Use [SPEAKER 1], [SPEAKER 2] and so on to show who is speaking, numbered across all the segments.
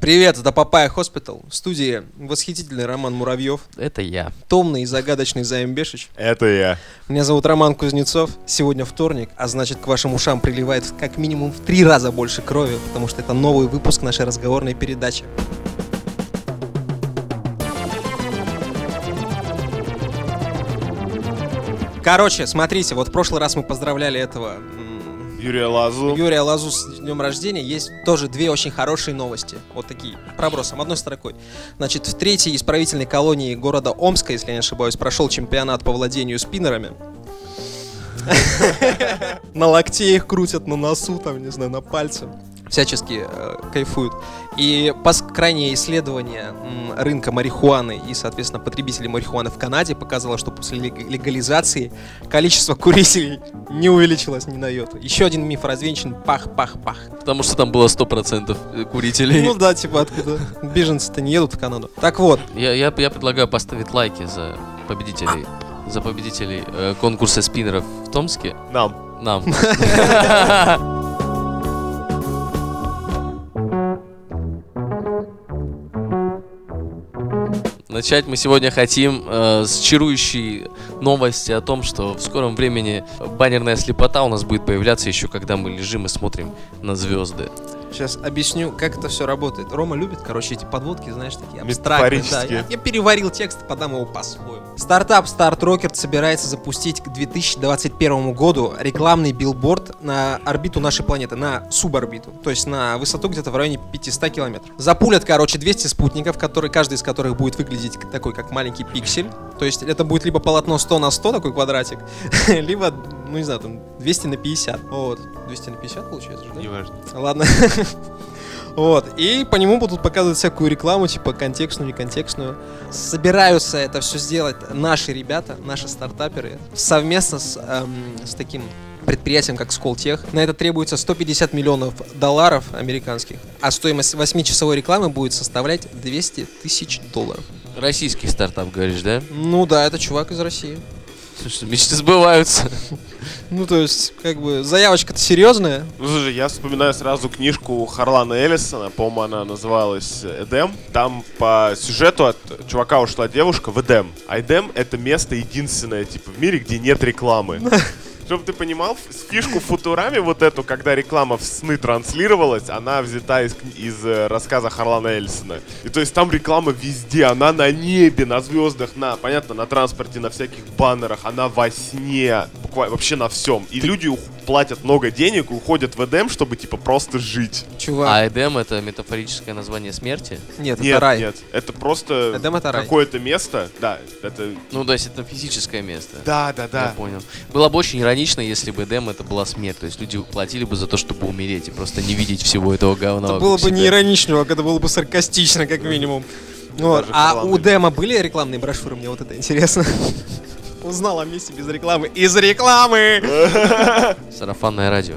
[SPEAKER 1] Привет, это Папая Хоспитал. В студии восхитительный Роман Муравьев,
[SPEAKER 2] Это я.
[SPEAKER 1] томный и загадочный Заем Бешич.
[SPEAKER 3] Это я.
[SPEAKER 1] Меня зовут Роман Кузнецов. Сегодня вторник, а значит к вашим ушам приливает как минимум в три раза больше крови, потому что это новый выпуск нашей разговорной передачи. Короче, смотрите, вот в прошлый раз мы поздравляли этого м,
[SPEAKER 3] Юрия Лазу.
[SPEAKER 1] Юрия Лазу с днем рождения есть тоже две очень хорошие новости. Вот такие, пробросом, одной строкой. Значит, в третьей исправительной колонии города Омска, если я не ошибаюсь, прошел чемпионат по владению спиннерами. На локте их крутят, на носу, там, не знаю, на пальце. Всячески э, кайфуют. И по с- крайнее исследование м, рынка марихуаны и, соответственно, потребителей марихуаны в Канаде показало, что после лег- легализации количество курителей не увеличилось ни на йоту. Еще один миф развенчан. Пах-пах-пах.
[SPEAKER 2] Потому что там было 100% курителей.
[SPEAKER 1] Ну да, типа откуда? Беженцы-то не едут в Канаду. Так вот,
[SPEAKER 2] я, я, я предлагаю поставить лайки за победителей. За победителей э, конкурса спиннеров в Томске.
[SPEAKER 3] Нам.
[SPEAKER 2] Нам. Начать мы сегодня хотим э, с чарующей новости о том, что в скором времени баннерная слепота у нас будет появляться еще когда мы лежим и смотрим на звезды.
[SPEAKER 1] Сейчас объясню, как это все работает. Рома любит, короче, эти подводки, знаешь, такие абстрактные. да.
[SPEAKER 3] Метафорические.
[SPEAKER 1] Я, я переварил текст, подам его по-своему. Стартап Start Rocket собирается запустить к 2021 году рекламный билборд на орбиту нашей планеты, на суборбиту, то есть на высоту где-то в районе 500 километров. Запулят, короче, 200 спутников, которые, каждый из которых будет выглядеть к- такой, как маленький пиксель. То есть это будет либо полотно 100 на 100, такой квадратик, либо, ну не знаю, там 200 на 50. Вот, 200 на 50 получается, же, да?
[SPEAKER 3] важно.
[SPEAKER 1] Ладно. Вот, и по нему будут показывать всякую рекламу, типа контекстную, неконтекстную. Собираются это все сделать наши ребята, наши стартаперы, совместно с, эм, с таким предприятием, как Сколтех. На это требуется 150 миллионов долларов американских, а стоимость 8-часовой рекламы будет составлять 200 тысяч долларов.
[SPEAKER 2] Российский стартап, говоришь, да?
[SPEAKER 1] Ну да, это чувак из России.
[SPEAKER 2] Слушай, мечты сбываются.
[SPEAKER 1] Ну то есть, как бы, заявочка-то серьезная.
[SPEAKER 3] Ну, слушай, я вспоминаю сразу книжку Харлана Эллисона, по-моему, она называлась «Эдем». Там по сюжету от чувака ушла девушка в Эдем. А Эдем — это место единственное, типа, в мире, где нет рекламы. Чтобы ты понимал, ф- фишку Футурами вот эту, когда реклама в сны транслировалась, она взята из, кни- из э, рассказа Харлана Эльсона. И то есть там реклама везде, она на небе, на звездах, на, понятно, на транспорте, на всяких баннерах, она во сне, буквально вообще на всем. И люди ух- платят много денег, и уходят в Эдем, чтобы типа просто жить.
[SPEAKER 1] Чувак.
[SPEAKER 2] А Эдем это метафорическое название смерти.
[SPEAKER 1] Нет, это
[SPEAKER 3] нет,
[SPEAKER 1] рай.
[SPEAKER 3] нет, это просто
[SPEAKER 1] Эдем это рай.
[SPEAKER 3] какое-то место, да, это...
[SPEAKER 2] Ну, то есть это физическое место.
[SPEAKER 3] Да, да,
[SPEAKER 2] Я
[SPEAKER 3] да.
[SPEAKER 2] понял. Было бы очень иронично, если бы Эдем это была смерть. То есть люди платили бы за то, чтобы умереть и просто не видеть всего этого говна.
[SPEAKER 1] Это
[SPEAKER 2] вокруг
[SPEAKER 1] было бы не
[SPEAKER 2] себя.
[SPEAKER 1] иронично, а это было бы саркастично, как минимум. Вот.
[SPEAKER 3] Даже
[SPEAKER 1] А
[SPEAKER 3] рекламы
[SPEAKER 1] у Дема были рекламные брошюры? Мне вот это интересно. Узнал о месте без рекламы. Из рекламы!
[SPEAKER 2] Сарафанное радио.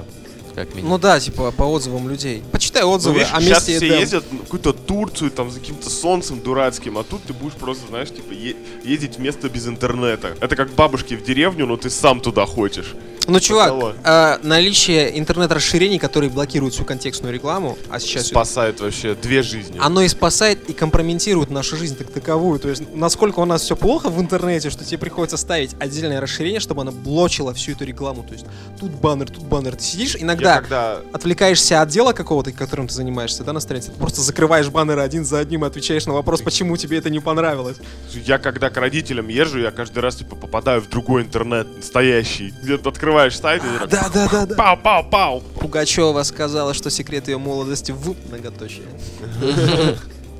[SPEAKER 2] Как минимум.
[SPEAKER 1] Ну да, типа по отзывам людей. Почитай
[SPEAKER 3] Ну,
[SPEAKER 1] отзывы о
[SPEAKER 3] сейчас
[SPEAKER 1] месте
[SPEAKER 3] все
[SPEAKER 1] Эдем.
[SPEAKER 3] ездят в какую-то Турцию, там, за каким-то солнцем дурацким, а тут ты будешь просто, знаешь, типа, е- ездить в место без интернета. Это как бабушки в деревню, но ты сам туда хочешь.
[SPEAKER 1] Ну, чувак,
[SPEAKER 3] Кого?
[SPEAKER 1] а, наличие интернет-расширений, которые блокируют всю контекстную рекламу, а сейчас это-
[SPEAKER 3] Спасает вообще две жизни.
[SPEAKER 1] оно и спасает, и компрометирует нашу жизнь как таковую. То есть, насколько у нас все плохо в интернете, что тебе приходится ставить отдельное расширение, чтобы оно блочило всю эту рекламу. То есть, тут баннер, тут баннер. Ты сидишь, иногда
[SPEAKER 3] Я когда...
[SPEAKER 1] отвлекаешься от дела какого-то, которым ты занимаешься, да, на странице, ты просто закрываешь баннеры один за одним и отвечаешь на вопрос, почему тебе это не понравилось.
[SPEAKER 3] Я когда к родителям езжу, я каждый раз, типа, попадаю в другой интернет, настоящий. Где ты открываешь сайт, и ты так,
[SPEAKER 1] Да, да, да, да.
[SPEAKER 3] Пау-пау-пау!
[SPEAKER 1] Пугачева сказала, что секрет ее молодости в многоточии.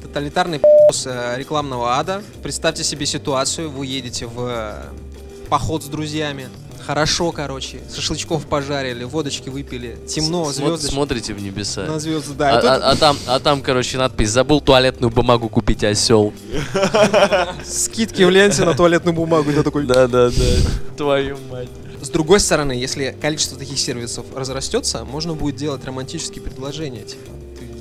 [SPEAKER 1] Тоталитарный с рекламного ада. Представьте себе ситуацию, вы едете в э, поход с друзьями. Хорошо, короче, шашлычков пожарили, водочки выпили, темно,
[SPEAKER 2] Смо-
[SPEAKER 1] звезды.
[SPEAKER 2] Смотрите в небеса.
[SPEAKER 1] На звезды,
[SPEAKER 2] А,
[SPEAKER 1] да. И тут
[SPEAKER 2] а- а там, а там, короче, надпись «Забыл туалетную бумагу купить, осел». а.
[SPEAKER 1] скидки в ленте на туалетную бумагу. и Я такой,
[SPEAKER 2] Да-да-да, твою мать.
[SPEAKER 1] С другой стороны, если количество таких сервисов разрастется, можно будет делать романтические предложения. Типа,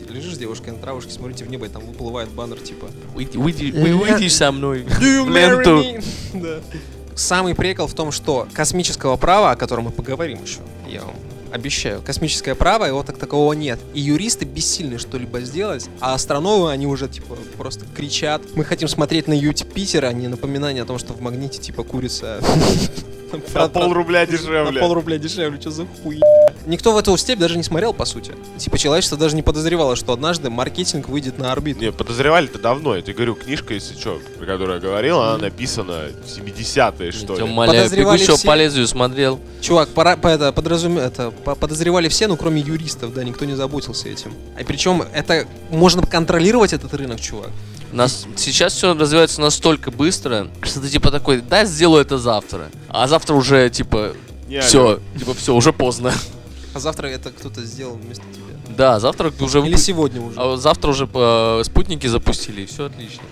[SPEAKER 1] ты лежишь с девушкой на травушке, смотрите в небо, и там выплывает баннер типа
[SPEAKER 2] Уйди- уйди- вы- Выйдешь со мной.
[SPEAKER 1] «Do you
[SPEAKER 2] В
[SPEAKER 1] marry
[SPEAKER 2] ленту.
[SPEAKER 1] me?» Да. Самый прикол в том, что космического права, о котором мы поговорим еще, я вам Обещаю. Космическое право, его так такового нет. И юристы бессильны что-либо сделать, а астрономы, они уже, типа, просто кричат. Мы хотим смотреть на Юпитер, а не напоминание о том, что в магните, типа, курица...
[SPEAKER 3] На пол рубля
[SPEAKER 1] На пол
[SPEAKER 3] дешевле.
[SPEAKER 1] рубля дешевле, что за хуй? Никто в эту степь даже не смотрел, по сути. Типа, человечество даже не подозревало, что однажды маркетинг выйдет на орбиту.
[SPEAKER 3] Не, подозревали-то давно. Я тебе говорю, книжка, если что, про которую я говорил, она написана в 70-е,
[SPEAKER 2] Я
[SPEAKER 3] что
[SPEAKER 2] тебя
[SPEAKER 3] ли.
[SPEAKER 2] умоляю,
[SPEAKER 1] Подозревали
[SPEAKER 2] бегущего
[SPEAKER 1] все.
[SPEAKER 2] по лезвию смотрел.
[SPEAKER 1] Чувак, пора, по- это, подразум- это, по- подозревали все, ну кроме юристов, да, никто не заботился этим. А причем это можно контролировать этот рынок, чувак.
[SPEAKER 2] Нас, сейчас все развивается настолько быстро, что ты типа такой, да, сделаю это завтра. А завтра уже типа,
[SPEAKER 3] Не,
[SPEAKER 2] все, типа все, уже поздно.
[SPEAKER 1] А завтра это кто-то сделал вместо тебя.
[SPEAKER 2] Да, завтра уже...
[SPEAKER 1] Или сегодня уже.
[SPEAKER 2] А вот завтра уже э, спутники запустили, и все отлично.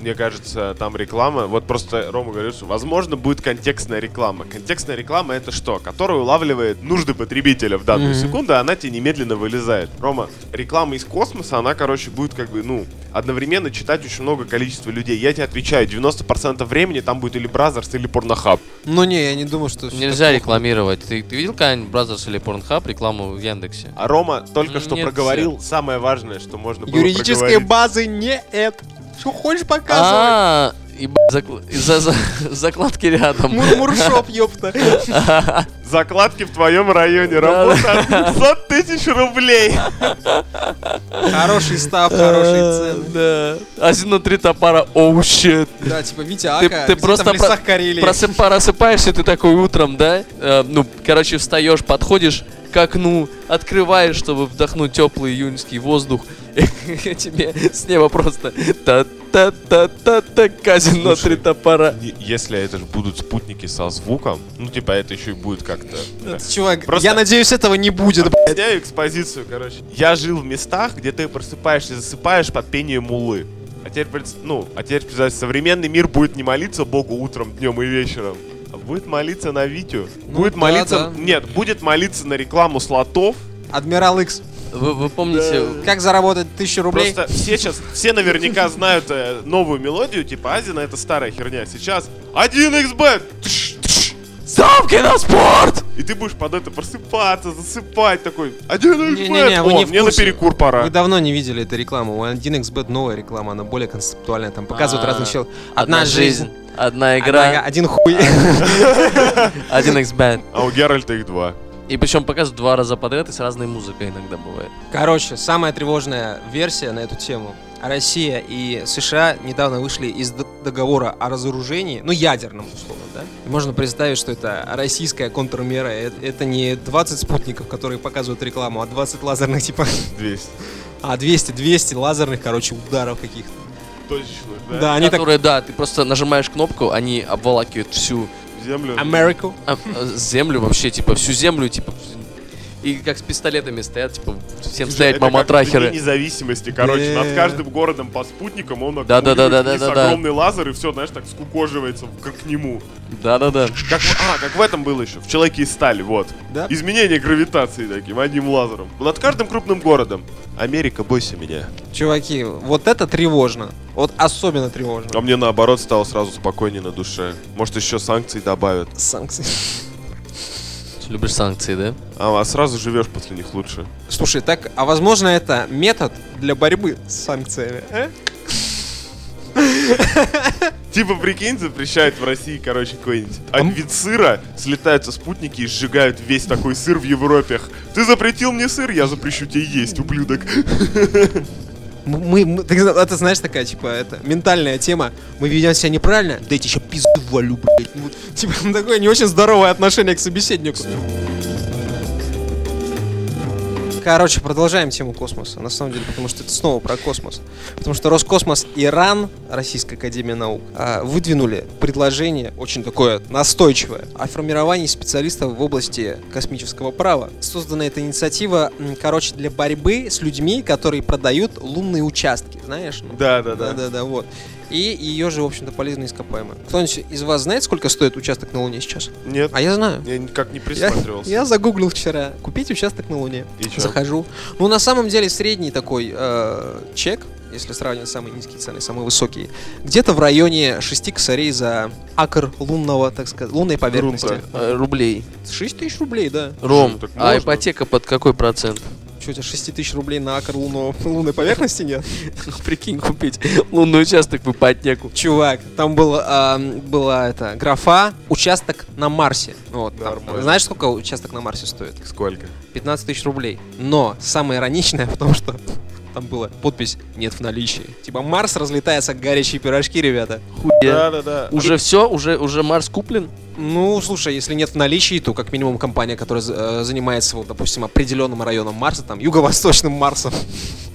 [SPEAKER 3] Мне кажется, там реклама. Вот просто Рома говорит, что возможно будет контекстная реклама. Контекстная реклама это что? Которая улавливает нужды потребителя в данную
[SPEAKER 1] Мгм.
[SPEAKER 3] секунду, а она тебе немедленно вылезает. Рома, реклама из космоса, она, короче, будет как бы, ну, одновременно читать очень много количества людей. Я тебе отвечаю, 90% времени там будет или Бразерс, или Порнохаб.
[SPEAKER 1] Ну не, я не думаю, что... всё
[SPEAKER 2] Нельзя
[SPEAKER 1] так плохо.
[SPEAKER 2] рекламировать. Ты, ты видел когда-нибудь Brothers или Pornhub рекламу в Яндексе?
[SPEAKER 3] А Рома только что
[SPEAKER 2] Нет,
[SPEAKER 3] проговорил самое важное, что можно было
[SPEAKER 1] Юридической
[SPEAKER 3] проговорить.
[SPEAKER 1] базы нет. Что хочешь показывать?
[SPEAKER 2] А, и из-за за- закладки рядом.
[SPEAKER 1] Мурмуршоп, ёпта.
[SPEAKER 3] Закладки в твоем районе. Работа от 200 тысяч рублей.
[SPEAKER 1] Хороший став, хорошие
[SPEAKER 2] Э,
[SPEAKER 1] цены.
[SPEAKER 2] Да. Один на три топора, оу, щит.
[SPEAKER 1] Да, типа Витя
[SPEAKER 2] Ты-
[SPEAKER 1] Ака,
[SPEAKER 2] ты
[SPEAKER 1] где-то
[SPEAKER 2] просто
[SPEAKER 1] в лесах
[SPEAKER 2] про-
[SPEAKER 1] Карелии.
[SPEAKER 2] Просыпа- Просыпаешься ты такой утром, да? Э, ну, короче, встаешь, подходишь к окну, открываешь, чтобы вдохнуть теплый июньский воздух. И тебе с неба просто та-та-та-та-та казино три
[SPEAKER 3] Слушай,
[SPEAKER 2] топора.
[SPEAKER 3] Е- Если это же будут спутники со звуком, ну типа это еще и будет как-то.
[SPEAKER 1] Это, Чувак,
[SPEAKER 3] Просто-
[SPEAKER 1] я надеюсь, этого не будет.
[SPEAKER 3] Объясняю экспозицию, короче. Я жил в местах, где ты просыпаешься и засыпаешь под пение мулы. А теперь, пред- ну, а теперь представь, современный мир будет не молиться Богу утром, днем и вечером, а будет молиться на Витю.
[SPEAKER 1] Ну
[SPEAKER 3] будет
[SPEAKER 1] да,
[SPEAKER 3] молиться...
[SPEAKER 1] да.
[SPEAKER 3] Нет, будет молиться на рекламу слотов.
[SPEAKER 1] Адмирал Икс,
[SPEAKER 2] Вы, вы помните,
[SPEAKER 1] как заработать тысячу рублей?
[SPEAKER 3] Просто все сейчас, все наверняка знают э, новую мелодию, типа Азина это старая херня. Сейчас 1xbet! Тш, тш.
[SPEAKER 2] Ставки на спорт!
[SPEAKER 3] И ты будешь под это просыпаться, засыпать такой. Один
[SPEAKER 1] Не-не-не, вы
[SPEAKER 3] О,
[SPEAKER 1] не в
[SPEAKER 3] мне на
[SPEAKER 1] курсе.
[SPEAKER 3] перекур пора.
[SPEAKER 1] Вы давно не видели эту рекламу. У 1xbet новая реклама, она более концептуальная. Там показывают
[SPEAKER 2] А,
[SPEAKER 1] разных человек. Одна жизнь.
[SPEAKER 2] одна
[SPEAKER 1] одна-
[SPEAKER 2] игра,
[SPEAKER 1] Один хуй.
[SPEAKER 2] один X-Band.
[SPEAKER 3] А у Геральта их два.
[SPEAKER 2] И причем показывают два раза подряд и с разной музыкой иногда бывает.
[SPEAKER 1] Короче, самая тревожная версия на эту тему. Россия и США недавно вышли из д- договора о разоружении, ну, ядерном, условно, да? Можно представить, что это российская контрмера. Э- Это не 20 спутников, которые показывают рекламу, а 20 лазерных, типа,
[SPEAKER 3] 200.
[SPEAKER 1] а 200, 200 лазерных, короче, ударов каких-то.
[SPEAKER 3] Точно, да?
[SPEAKER 1] Да, они так...
[SPEAKER 2] Которые, да, ты просто нажимаешь кнопку, они обволакивают всю
[SPEAKER 3] Землю.
[SPEAKER 1] Америку.
[SPEAKER 2] а, а, землю вообще, типа, всю землю, типа, и как с пистолетами стоят, типа, всем
[SPEAKER 3] Это
[SPEAKER 2] стоять
[SPEAKER 3] как Дни
[SPEAKER 2] маматрахеры.
[SPEAKER 3] независимости, короче, над
[SPEAKER 1] Э.
[SPEAKER 3] каждым городом по спутникам он
[SPEAKER 2] Да, да, да,
[SPEAKER 3] аккумулирует
[SPEAKER 2] да,
[SPEAKER 3] вниз
[SPEAKER 2] да, да, да.
[SPEAKER 3] огромный лазер и все, знаешь, так скукоживается в- к, к нему.
[SPEAKER 2] Да-да-да.
[SPEAKER 3] Как, в- а, как в этом было еще, в «Человеке из стали», вот.
[SPEAKER 1] Да.
[SPEAKER 3] Изменение гравитации таким, одним лазером. Над каждым крупным городом. Америка, бойся меня.
[SPEAKER 1] Чуваки, вот это тревожно. Вот особенно
[SPEAKER 3] А
[SPEAKER 1] тревожно.
[SPEAKER 3] мне наоборот стало сразу спокойнее на душе. Может еще санкций добавят.
[SPEAKER 1] Санкции.
[SPEAKER 2] Ты Любишь санкции, да?
[SPEAKER 3] А, а сразу живешь после них лучше.
[SPEAKER 1] Слушай, так, а возможно это метод для борьбы с санкциями? э?
[SPEAKER 3] Типа, прикинь, запрещают в России, короче, какой-нибудь
[SPEAKER 1] Ам.
[SPEAKER 3] вид сыра, слетаются спутники и сжигают весь такой сыр в Европе. Ты запретил мне сыр, я запрещу тебе есть, ублюдок.
[SPEAKER 1] М- Мы, мы- ты зна- это знаешь такая, типа, это ментальная тема. Мы ведем себя неправильно. Дайте еще пизду валю, блядь. Ну, вот, типа, такое не очень здоровое отношение к собеседнику. Короче, продолжаем тему космоса, на самом деле, потому что это снова про космос. Потому что Роскосмос и РАН, Российская Академия Наук, а, выдвинули предложение, очень такое настойчивое, о формировании специалистов в области космического права. Создана эта инициатива, м, короче, для борьбы с людьми, которые продают лунные участки, знаешь? ну,
[SPEAKER 3] Да, да, да.
[SPEAKER 1] Да-да-да, вот. И ее же, в общем-то, полезно ископаемое. Кто-нибудь из вас знает, сколько стоит участок на Луне сейчас?
[SPEAKER 3] Нет,
[SPEAKER 1] А я знаю.
[SPEAKER 3] я никак не
[SPEAKER 1] Я,
[SPEAKER 3] присматривался.
[SPEAKER 1] я загуглил вчера. Купить участок на Луне.
[SPEAKER 3] И чё?
[SPEAKER 1] Захожу. Ну, на самом деле, средний такой э, чек если сравнивать самые низкие цены, и самые высокие, где-то в районе 6 косарей за акр лунного, так сказать, лунной поверхности.
[SPEAKER 2] Э, Рублей.
[SPEAKER 1] 6 тысяч рублей, да.
[SPEAKER 2] Ром,
[SPEAKER 3] так
[SPEAKER 2] а
[SPEAKER 3] можно?
[SPEAKER 2] ипотека под какой процент?
[SPEAKER 1] Что, у тебя 6 тысяч рублей на акр лунного, лунной поверхности нет?
[SPEAKER 3] Ну,
[SPEAKER 2] Прикинь, купить лунный участок в ипотеку.
[SPEAKER 1] Чувак, там был, а, была это, графа «Участок на Марсе». Вот, там.
[SPEAKER 3] Нормально.
[SPEAKER 1] знаешь, сколько участок на Марсе стоит?
[SPEAKER 3] Сколько?
[SPEAKER 1] 15 тысяч рублей. Но самое ироничное в том, что там была подпись «Нет в наличии». Типа Марс разлетается как горячие пирожки, ребята.
[SPEAKER 2] Хуя.
[SPEAKER 3] да.
[SPEAKER 2] Уже все? Уже, уже Марс куплен?
[SPEAKER 1] Ну, слушай, если нет в наличии, то как минимум компания, которая э, занимается, вот, допустим, определенным районом Марса, там, юго-восточным Марсом,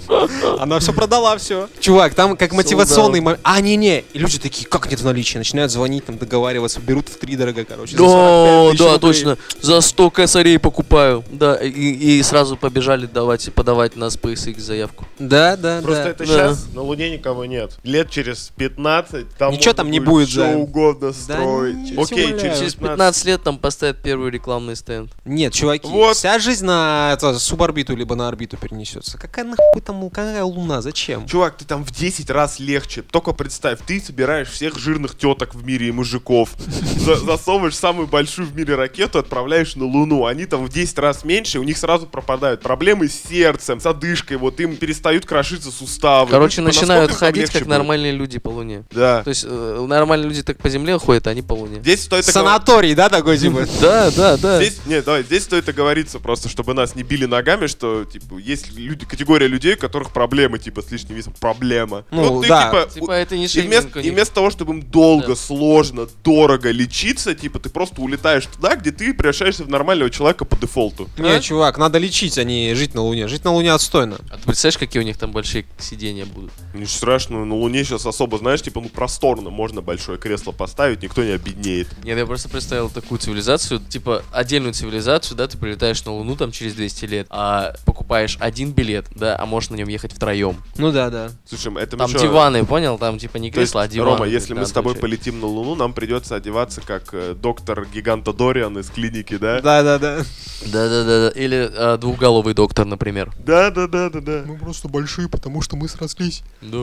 [SPEAKER 1] она все продала, все. Чувак, там как мотивационный момент. А, не-не. И люди такие, как нет в наличии? Начинают звонить, там, договариваться, берут в три дорога, короче. за 45
[SPEAKER 2] Да,
[SPEAKER 1] тысяч
[SPEAKER 2] да,
[SPEAKER 1] рублей.
[SPEAKER 2] точно. За 100 косарей покупаю. Да, и, и сразу побежали давать и подавать на SpaceX заявку.
[SPEAKER 1] Да, да,
[SPEAKER 3] Просто
[SPEAKER 1] да.
[SPEAKER 3] это
[SPEAKER 2] да.
[SPEAKER 3] сейчас на Луне никого нет. Лет через 15
[SPEAKER 1] Ничего
[SPEAKER 3] там можно
[SPEAKER 1] там не будет,
[SPEAKER 3] что
[SPEAKER 1] да.
[SPEAKER 3] угодно
[SPEAKER 1] Да
[SPEAKER 3] строить.
[SPEAKER 1] не
[SPEAKER 3] Окей,
[SPEAKER 1] тем более.
[SPEAKER 2] Через 15 лет там поставят первый рекламный стенд.
[SPEAKER 3] А
[SPEAKER 1] Нет, чуваки,
[SPEAKER 3] Вот.
[SPEAKER 1] вся жизнь на это, суборбиту либо на орбиту перенесется. Какая нахуй там, какая луна, зачем?
[SPEAKER 3] Чувак, ты там в 10 раз легче. Только представь, ты собираешь всех жирных теток в мире и мужиков, за- засовываешь самую большую в мире ракету, отправляешь на Луну. Они там в 10 раз меньше, у них сразу пропадают проблемы с сердцем, с одышкой, вот им перестают крошиться суставы.
[SPEAKER 2] Короче,
[SPEAKER 3] Ну, типа,
[SPEAKER 2] начинают
[SPEAKER 3] насколько там
[SPEAKER 2] ходить
[SPEAKER 3] легче
[SPEAKER 2] как
[SPEAKER 3] будет?
[SPEAKER 2] нормальные люди по Луне.
[SPEAKER 3] Да.
[SPEAKER 2] То есть э, нормальные люди так по земле ходят, а они по Луне.
[SPEAKER 3] Здесь стоит... оговор-
[SPEAKER 1] Санаторий, да, такой типа?
[SPEAKER 2] Да, да, да.
[SPEAKER 3] Здесь, нет, давай, здесь стоит оговориться просто, чтобы нас не били ногами, что, типа, есть люди, категория людей, у которых проблемы, типа, с лишним весом. Проблема.
[SPEAKER 1] Ну,
[SPEAKER 3] ты,
[SPEAKER 1] да.
[SPEAKER 2] Типа это не
[SPEAKER 3] И
[SPEAKER 2] шейминг
[SPEAKER 3] вместо,
[SPEAKER 2] у
[SPEAKER 3] и
[SPEAKER 2] них.
[SPEAKER 3] вместо того, чтобы им долго,
[SPEAKER 2] Да.
[SPEAKER 3] сложно, дорого лечиться, типа ты просто улетаешь туда, где ты превращаешься в нормального человека по дефолту.
[SPEAKER 1] Не,
[SPEAKER 2] А?
[SPEAKER 1] чувак, надо лечить, а не жить на Луне. Жить на Луне отстойно.
[SPEAKER 2] А ты представляешь, какие у них там большие сидения будут?
[SPEAKER 3] Ничего страшного, на Луне сейчас особо, знаешь, типа, ну просторно, можно большое кресло поставить, никто не обеднеет.
[SPEAKER 2] Нет, я просто представил такую цивилизацию, типа отдельную цивилизацию, да, ты прилетаешь на Луну там через 200 лет, а покупаешь один билет, да, а можешь на нем ехать втроем.
[SPEAKER 1] Ну да, да.
[SPEAKER 3] Слушай, это мы
[SPEAKER 2] Там
[SPEAKER 3] чё-
[SPEAKER 2] диваны, понял? Там типа не
[SPEAKER 3] То есть,
[SPEAKER 2] кресло, а диваны.
[SPEAKER 3] Рома, если
[SPEAKER 2] Да,
[SPEAKER 3] мы с тобой
[SPEAKER 2] отвечаю.
[SPEAKER 3] полетим на Луну, нам придется одеваться как э, доктор Гиганта Дориан из клиники, да?
[SPEAKER 1] Да, да, да.
[SPEAKER 2] Да-да-да, да. или э, двухголовый доктор, например.
[SPEAKER 3] Да, да, да, да, да.
[SPEAKER 4] Мы просто большие, потому что мы срослись.
[SPEAKER 2] Да.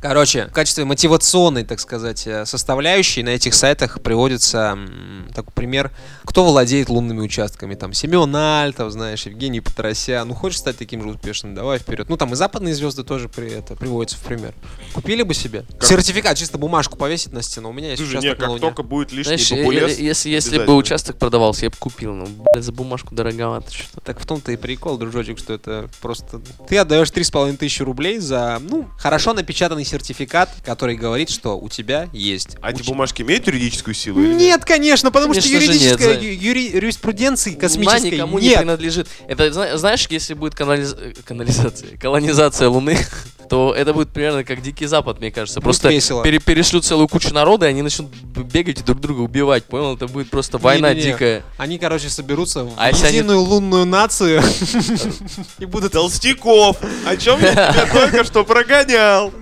[SPEAKER 1] Короче, в качестве мотивационной, так сказать, э, составляющей на этих сайтах приводится м, такой пример, кто владеет лунными участками. Там Семен Альтов, знаешь, Евгений Петросян. Ну, хочешь стать таким же успешным, давай вперед. Ну, там и западные звезды тоже при это приводятся в пример. Купили бы себе?
[SPEAKER 3] Как-
[SPEAKER 1] Сертификат, чисто бумажку повесить на стену. У меня есть
[SPEAKER 3] Слушай, не,
[SPEAKER 1] участок на
[SPEAKER 3] как
[SPEAKER 1] Луне.
[SPEAKER 3] только будет лишний
[SPEAKER 2] Знаешь, э,
[SPEAKER 3] популез,
[SPEAKER 2] э, если, если бы
[SPEAKER 3] обязательно.
[SPEAKER 2] участок продавался, я бы купил, но, бля, за бумажку дороговато что-то.
[SPEAKER 1] Так в том-то и прикол, дружочек, что это просто... Ты отдаешь 3,5 тысячи рублей за, ну, хорошо напечатанный сертификат, который говорит, что у тебя есть...
[SPEAKER 3] А эти
[SPEAKER 1] уч-
[SPEAKER 3] бумажки имеют юридическую силу? или
[SPEAKER 1] Нет, конечно, потому
[SPEAKER 2] Конечно
[SPEAKER 1] что
[SPEAKER 2] же нет,
[SPEAKER 1] юридическая
[SPEAKER 2] Зай.
[SPEAKER 1] ю- юри- юриспруденции
[SPEAKER 2] Луна
[SPEAKER 1] космической
[SPEAKER 2] никому не
[SPEAKER 1] нет.
[SPEAKER 2] принадлежит. Это зна- знаешь, если будет канализ- э, канализация, колонизация Луны, то это будет примерно как Дикий Запад, мне кажется. Просто
[SPEAKER 1] весело.
[SPEAKER 2] пере- перешлют целую кучу народа, и они начнут б- бегать и друг друга убивать, понял? Это будет просто война
[SPEAKER 1] Не-не-не.
[SPEAKER 2] дикая.
[SPEAKER 1] Они, короче, соберутся в
[SPEAKER 2] А если они-
[SPEAKER 1] единую лунную нацию и будут...
[SPEAKER 3] Толстяков, о чем я тебя только что прогонял.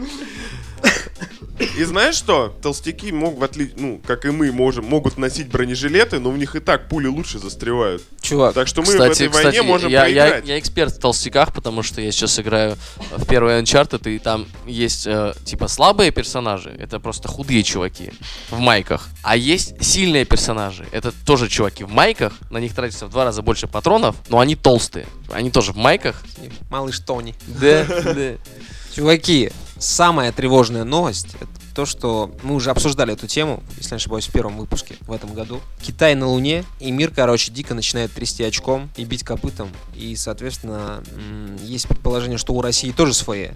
[SPEAKER 3] И знаешь что? Толстяки могут, в отли- ну, как и мы, можем, могут носить бронежилеты, но в них и так пули лучше застревают.
[SPEAKER 1] Чувак,
[SPEAKER 3] Так что мы в этой войне можем
[SPEAKER 2] я, я-
[SPEAKER 3] проиграть.
[SPEAKER 2] я эксперт в толстяках, потому что я сейчас играю в первый Uncharted, и там есть, э, типа, слабые персонажи, это просто худые чуваки в майках, а есть сильные персонажи, это тоже чуваки в майках, на них тратится в два раза больше патронов, но они толстые, они тоже в майках.
[SPEAKER 1] малыш Тони.
[SPEAKER 2] Да, да.
[SPEAKER 1] Чуваки, самая тревожная новость это то, что мы уже обсуждали эту тему, если не ошибаюсь, в первом выпуске в этом году. Китай на Луне, и мир, короче, дико начинает трясти очком и бить копытом. И, соответственно, м, есть предположение, что у России тоже свои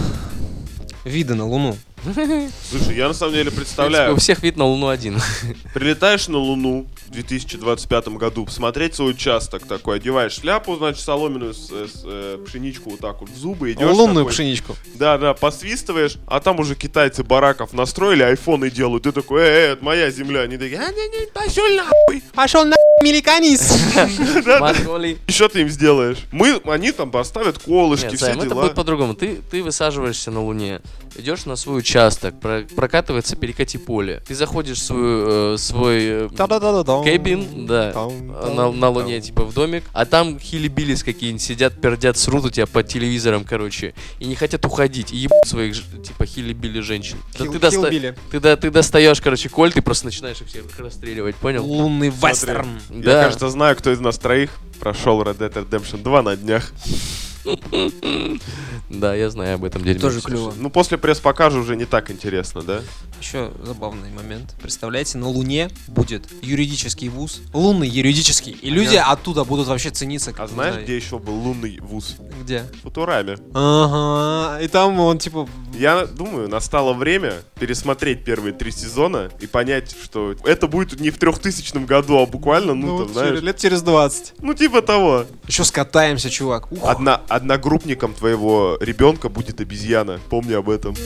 [SPEAKER 1] виды на Луну.
[SPEAKER 3] Слушай, я на самом деле представляю,
[SPEAKER 2] У всех вид на Луну один.
[SPEAKER 3] Прилетаешь на Луну в 2025 году, посмотреть свой участок такой, одеваешь шляпу, значит, соломенную, с, с, э, пшеничку вот так вот в зубы, идешь
[SPEAKER 1] Лунную
[SPEAKER 3] такой,
[SPEAKER 1] пшеничку.
[SPEAKER 3] Да-да, посвистываешь, а там уже китайцы бараков настроили, айфоны делают, ты такой, э, э, это моя земля, они такие, а не не пошел нахуй,
[SPEAKER 1] Пошел на Меликанис!
[SPEAKER 2] Монголии.
[SPEAKER 3] Еще ты им сделаешь. Мы, они там поставят колышки,
[SPEAKER 2] Нет,
[SPEAKER 3] все
[SPEAKER 2] Займ, это
[SPEAKER 3] дела.
[SPEAKER 2] будет по-другому. Ты, ты высаживаешься на Луне, идешь на свой участок, про- прокатывается перекати поле. Ты заходишь в свою, э, свой э,
[SPEAKER 1] Да-да-да-да.
[SPEAKER 2] Кэбин, да. э, На, на Луне, типа, в домик. А там хилибилис какие-нибудь сидят, пердят, срут у тебя под телевизором, короче. И не хотят уходить. И ебут своих, ж- типа, хилибили женщин. Да ты, доста- ты, да- ты достаешь, короче, коль, ты просто начинаешь их всех расстреливать, понял?
[SPEAKER 1] Лунный
[SPEAKER 3] Смотри.
[SPEAKER 1] вестерн.
[SPEAKER 3] Я,
[SPEAKER 2] да.
[SPEAKER 3] кажется, знаю, кто из нас троих прошел Red Dead Redemption 2 на днях.
[SPEAKER 2] Да, я знаю об этом дерьме.
[SPEAKER 1] Тоже клево.
[SPEAKER 3] Ну, после пресс-покажа уже не так интересно, да?
[SPEAKER 1] Еще забавный момент. Представляете, на Луне будет юридический вуз, лунный юридический, и люди оттуда будут вообще цениться.
[SPEAKER 3] А
[SPEAKER 1] как, не
[SPEAKER 3] знаешь,
[SPEAKER 1] знаю,
[SPEAKER 3] где еще был лунный вуз?
[SPEAKER 1] Где?
[SPEAKER 3] Футурами.
[SPEAKER 1] Ага, и там он типа...
[SPEAKER 3] Я думаю, настало время пересмотреть первые три сезона и понять, что это будет не в 3000 году, а буквально, ну, там, знаешь,
[SPEAKER 1] лет через 20.
[SPEAKER 3] ну, типа того.
[SPEAKER 1] Еще скатаемся, чувак. Ух.
[SPEAKER 3] Одна, одногруппником твоего ребенка будет обезьяна. Помни об этом.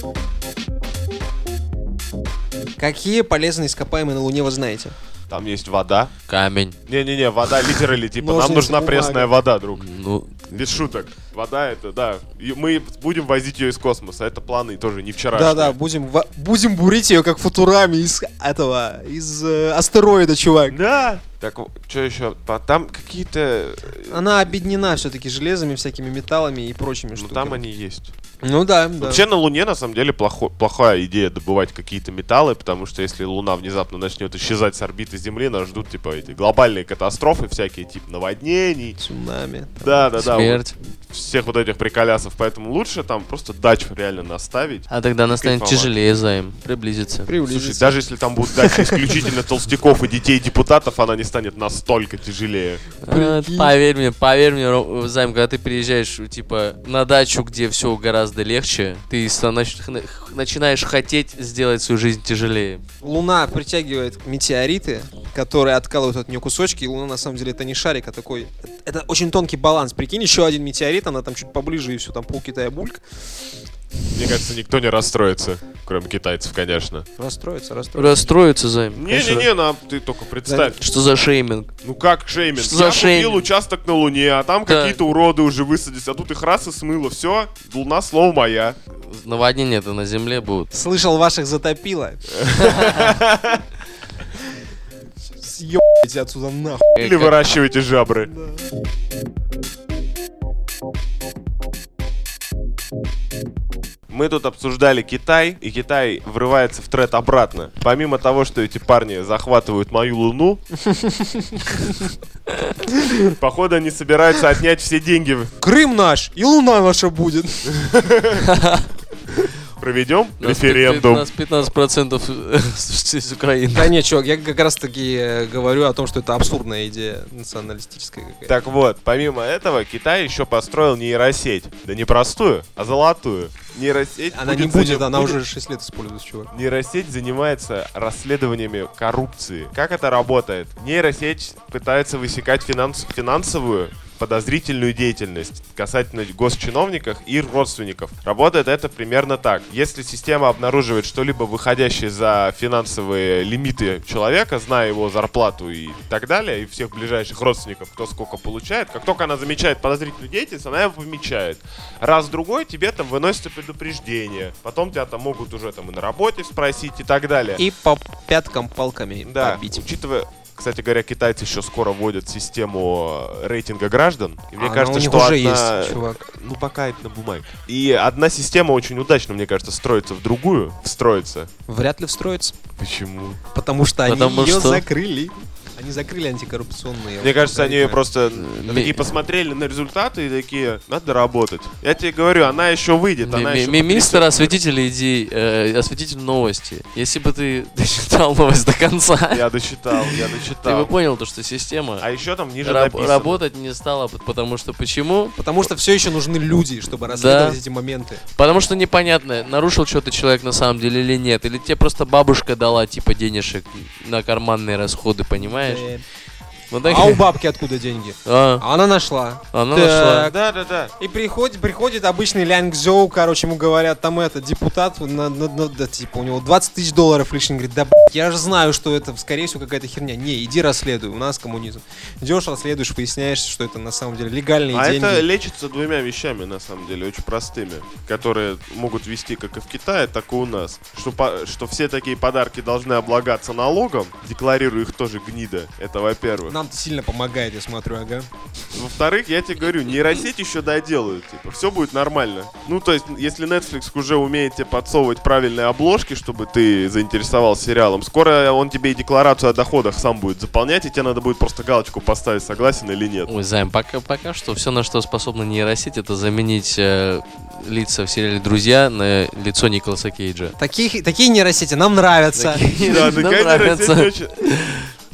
[SPEAKER 1] Какие полезные ископаемые на Луне вы знаете?
[SPEAKER 3] Там есть вода.
[SPEAKER 2] Камень.
[SPEAKER 3] Не-не-не, вода литерали, типа, нам
[SPEAKER 1] Ножницы,
[SPEAKER 3] нужна
[SPEAKER 1] бумага.
[SPEAKER 3] пресная вода, друг.
[SPEAKER 2] Ну,
[SPEAKER 3] Без шуток. Вода это, да. И мы будем возить ее из космоса. Это планы тоже не вчера.
[SPEAKER 1] Да-да, будем, ва- будем бурить ее как футурами из этого, из э, астероида, чувак.
[SPEAKER 3] Да. Так, что еще? Там какие-то... э,
[SPEAKER 1] Она объединена все-таки железами, всякими металлами и прочими
[SPEAKER 3] Ну,
[SPEAKER 1] штуками.
[SPEAKER 3] там они есть.
[SPEAKER 1] Ну да, да.
[SPEAKER 3] Вообще на Луне на самом деле плохо- плохая идея добывать какие-то металлы, потому что если Луна внезапно начнет исчезать с орбиты Земли, нас ждут типа эти глобальные катастрофы всякие, типа наводнений.
[SPEAKER 1] Цунами. там.
[SPEAKER 3] Да, да, да.
[SPEAKER 2] смерть.
[SPEAKER 3] всех вот этих приколясов, поэтому лучше там просто дачу реально наставить.
[SPEAKER 2] А тогда она станет
[SPEAKER 3] Кайфово.
[SPEAKER 2] тяжелее, Займ. Приблизиться.
[SPEAKER 3] Слушай, даже если там будут дачи исключительно толстяков и детей депутатов, она не станет настолько тяжелее.
[SPEAKER 2] А, Поверь мне, поверь мне, Ро- Займ, когда ты переезжаешь, типа, на дачу, где все гораздо легче, ты становишь- хна- х- начинаешь хотеть сделать свою жизнь тяжелее.
[SPEAKER 1] Луна притягивает метеориты, которые откалывают от нее кусочки, и Луна на самом деле это не шарик, а такой... Это очень тонкий баланс. Прикинь, еще один метеорит, она там чуть поближе, и все, там пол Китая бульк.
[SPEAKER 3] Мне кажется, никто не расстроится, кроме китайцев, конечно.
[SPEAKER 1] Расстроится, расстроится.
[SPEAKER 2] Расстроиться, Займ.
[SPEAKER 3] Не-не-не, на- ты только представь.
[SPEAKER 2] Что за шейминг?
[SPEAKER 3] Ну как шейминг?
[SPEAKER 2] Что за
[SPEAKER 3] Я
[SPEAKER 2] шейминг?
[SPEAKER 3] купил участок на Луне, а там
[SPEAKER 2] Да.
[SPEAKER 3] какие-то уроды уже высадились, а тут их раз и смыло. Все, Луна слово моя.
[SPEAKER 2] Наводнение это на земле будут.
[SPEAKER 1] Слышал, ваших затопило. Съебайте отсюда нахуй.
[SPEAKER 2] Э,
[SPEAKER 3] Или
[SPEAKER 2] как-
[SPEAKER 3] выращивайте жабры. Мы тут обсуждали Китай, и Китай врывается в тред обратно. Помимо того, что эти парни захватывают мою луну, походу они собираются отнять все деньги.
[SPEAKER 1] Крым наш, и Луна наша будет.
[SPEAKER 3] Проведем
[SPEAKER 2] у нас
[SPEAKER 3] референдум.
[SPEAKER 2] пят- нас 15% э, из Украины.
[SPEAKER 1] Да нет, чувак, я как раз таки э, говорю о том, что это абсурдная идея националистическая какая-то.
[SPEAKER 3] Так вот, помимо этого, Китай еще построил нейросеть. Да не простую, а золотую. Нейросеть
[SPEAKER 1] Она не
[SPEAKER 3] за-
[SPEAKER 1] будет, она уже 6 лет используется, чувак.
[SPEAKER 3] Нейросеть занимается расследованиями коррупции. Как это работает? Нейросеть пытается высекать финанс- финансовую подозрительную деятельность касательно госчиновников и родственников. Работает это примерно так. Если система обнаруживает что-либо выходящее за финансовые лимиты человека, зная его зарплату и так далее, и всех ближайших родственников, кто сколько получает, как только она замечает подозрительную деятельность, она его помечает. Раз-другой тебе там выносится предупреждение. Потом тебя там могут уже там и на работе спросить и так далее.
[SPEAKER 1] И по пяткам палками
[SPEAKER 3] Да,
[SPEAKER 1] побить.
[SPEAKER 3] учитывая, кстати говоря, китайцы еще скоро вводят систему э, рейтинга граждан. И мне
[SPEAKER 1] Она
[SPEAKER 3] кажется,
[SPEAKER 1] А, ну, у них
[SPEAKER 3] что
[SPEAKER 1] уже
[SPEAKER 3] одна-
[SPEAKER 1] есть, чувак.
[SPEAKER 3] Ну, пока это на бумаге. И одна система очень удачно, мне кажется, строится в другую. Встроится.
[SPEAKER 1] Вряд ли встроится.
[SPEAKER 3] Почему?
[SPEAKER 1] Потому что они
[SPEAKER 2] Потому
[SPEAKER 1] ее
[SPEAKER 2] что-
[SPEAKER 1] закрыли. Они закрыли антикоррупционные.
[SPEAKER 3] Мне кажется, они
[SPEAKER 1] алгоритмы.
[SPEAKER 3] просто
[SPEAKER 2] Ми-
[SPEAKER 3] такие посмотрели на результаты и такие, надо работать. Я тебе говорю, она еще выйдет, она еще...
[SPEAKER 2] Министр осветитель идей, э, осветитель новости. Если бы ты дочитал новость до конца,
[SPEAKER 3] Я дочитал, я
[SPEAKER 2] ты бы
[SPEAKER 3] дочитал.
[SPEAKER 2] понял то, что система
[SPEAKER 3] А еще там ниже
[SPEAKER 2] раб-
[SPEAKER 3] написано.
[SPEAKER 2] работать не стала, п- потому что почему?
[SPEAKER 1] Потому что все еще нужны люди, чтобы расследовать эти моменты.
[SPEAKER 2] Потому что непонятно, нарушил что-то человек на самом деле или нет. Или тебе просто бабушка дала, типа, денежек на карманные расходы, понимаешь?
[SPEAKER 1] Э,
[SPEAKER 2] Вот так-
[SPEAKER 1] А у бабки откуда деньги?
[SPEAKER 2] А,
[SPEAKER 1] А Она нашла.
[SPEAKER 2] она
[SPEAKER 1] Так.
[SPEAKER 2] нашла.
[SPEAKER 3] Да, да, да.
[SPEAKER 1] И приходит, приходит обычный Лянг Зоу, короче, ему говорят, там это, депутат, на- на- на- да, типа, у него 20 тысяч долларов лишних, говорит, да, б***ь, я же знаю, что это, скорее всего, какая-то херня. Не, иди расследуй, у нас коммунизм. Идешь, расследуешь, выясняешь, что это на самом деле легальные
[SPEAKER 3] А
[SPEAKER 1] деньги.
[SPEAKER 3] это лечится двумя вещами, на самом деле, очень простыми, которые могут вести как и в Китае, так и у нас. Что, по- что все такие подарки должны облагаться налогом, декларируя их тоже гнида, это во-первых.
[SPEAKER 1] Нам сильно помогает, я смотрю, ага.
[SPEAKER 3] Во-вторых, я тебе говорю, нейросеть еще доделают, типа, все будет нормально. Ну, то есть, если Netflix уже умеет тебе подсовывать правильные обложки, чтобы ты заинтересовался сериалом, скоро он тебе и декларацию о доходах сам будет заполнять, и тебе надо будет просто галочку поставить, согласен или нет.
[SPEAKER 2] Ой, Займ, пока, пока что все, на что способна нейросеть, это заменить э, лица в сериале «Друзья» на лицо Николаса Кейджа.
[SPEAKER 1] Таких, такие нейросети нам нравятся.
[SPEAKER 3] Да, ну,
[SPEAKER 2] Нам
[SPEAKER 3] такая нейросеть
[SPEAKER 2] нравится.
[SPEAKER 3] очень-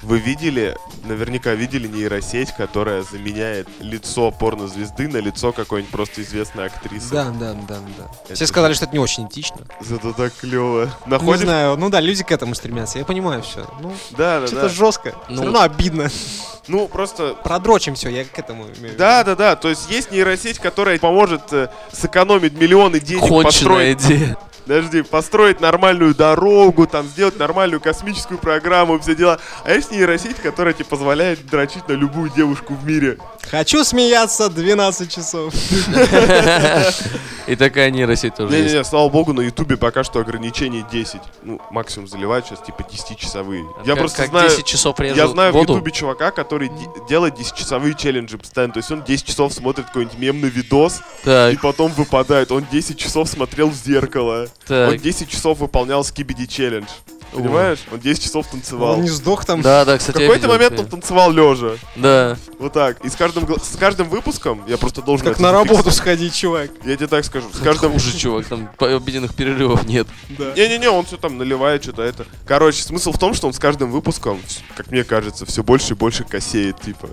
[SPEAKER 3] Вы видели, наверняка видели нейросеть, которая заменяет лицо порнозвезды на лицо какой-нибудь просто известной актрисы.
[SPEAKER 1] Да, да, да, да.
[SPEAKER 3] Это
[SPEAKER 1] Все сказали, что это не очень этично.
[SPEAKER 3] Зато так клево.
[SPEAKER 1] Не
[SPEAKER 3] Находишь?
[SPEAKER 1] знаю, ну да, люди к этому стремятся, я понимаю все. Ну,
[SPEAKER 3] Да, да,
[SPEAKER 1] что-то
[SPEAKER 3] да.
[SPEAKER 1] жестко.
[SPEAKER 2] Ну.
[SPEAKER 1] Все равно обидно.
[SPEAKER 3] Ну, просто
[SPEAKER 1] Продрочим все, я к этому имею в виду.
[SPEAKER 3] Да, да, да. То есть есть нейросеть, которая поможет э, сэкономить миллионы денег,
[SPEAKER 2] Конченая
[SPEAKER 3] построить,
[SPEAKER 2] идея.
[SPEAKER 3] подожди, построить нормальную дорогу, там сделать нормальную космическую программу, все дела. А есть нейросеть, которая тебе позволяет дрочить на любую девушку в мире.
[SPEAKER 1] Хочу смеяться 12 часов.
[SPEAKER 2] И такая нейросеть тоже
[SPEAKER 3] Не, не,
[SPEAKER 2] есть.
[SPEAKER 3] не, слава богу, на Ютубе пока что ограничение 10. Ну, максимум заливают сейчас типа 10-часовые.
[SPEAKER 2] А
[SPEAKER 3] Я
[SPEAKER 2] Как-
[SPEAKER 3] просто
[SPEAKER 2] как
[SPEAKER 3] знаю.
[SPEAKER 2] 10 часов режу
[SPEAKER 3] Я знаю
[SPEAKER 2] воду.
[SPEAKER 3] в Ютубе чувака, который де- делает 10-часовые челленджи постоянно. То есть он 10 часов смотрит какой-нибудь мемный видос, и
[SPEAKER 2] Так,
[SPEAKER 3] потом выпадает. Он 10 часов смотрел в зеркало. Он
[SPEAKER 2] так.
[SPEAKER 3] 10 часов выполнял скибиди челлендж.
[SPEAKER 2] Ой.
[SPEAKER 3] Понимаешь? Он 10 часов танцевал.
[SPEAKER 1] Он не сдох там.
[SPEAKER 2] Да, да,
[SPEAKER 3] В
[SPEAKER 2] кстати, я
[SPEAKER 3] какой-то
[SPEAKER 2] видел,
[SPEAKER 3] момент
[SPEAKER 2] да.
[SPEAKER 3] он танцевал лежа.
[SPEAKER 2] Да.
[SPEAKER 3] Вот так. И с каждым, гла- с каждым выпуском, я просто должен...
[SPEAKER 1] Как
[SPEAKER 3] это
[SPEAKER 1] на
[SPEAKER 3] зафиксировать.
[SPEAKER 1] работу сходить, чувак.
[SPEAKER 3] Я тебе так скажу. С
[SPEAKER 2] Тут
[SPEAKER 3] каждым...
[SPEAKER 2] хуже, чувак, там по- обеденных перерывов нет.
[SPEAKER 3] Не-не-не, он все там наливает, что-то это. Короче, смысл в том, что он с каждым выпуском, вс- как мне кажется, все больше и больше косеет, типа.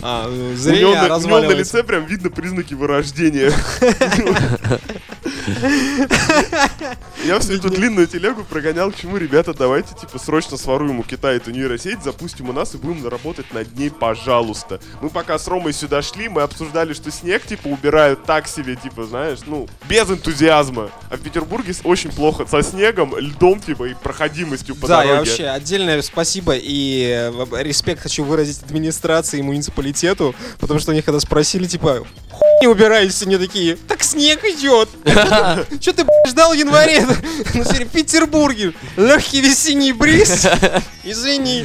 [SPEAKER 1] А, э,
[SPEAKER 3] У него,
[SPEAKER 1] зрение
[SPEAKER 3] на, у него на
[SPEAKER 1] разваливается.
[SPEAKER 3] лице прям видно признаки вырождения. Я всю эту длинную телегу прогонял, к чему, ребята, давайте, типа, срочно своруем у Китая эту нейросеть, запустим у нас и будем работать над ней, пожалуйста. Мы пока с Ромой сюда шли, мы обсуждали, что снег, типа, убирают так себе, типа, знаешь, ну, без энтузиазма. А в Петербурге с- очень плохо со снегом, льдом, типа, и проходимостью по
[SPEAKER 1] Да, я
[SPEAKER 3] дороге.
[SPEAKER 1] вообще отдельное спасибо и э, в- респект хочу выразить администрации и муниципалитету, потому что они когда спросили, типа, хуй не убираешься, они такие, так снег идет. Че ты б***ь, ждал в январе? Ну, теперь в Петербурге легкий весенний бриз. Извини.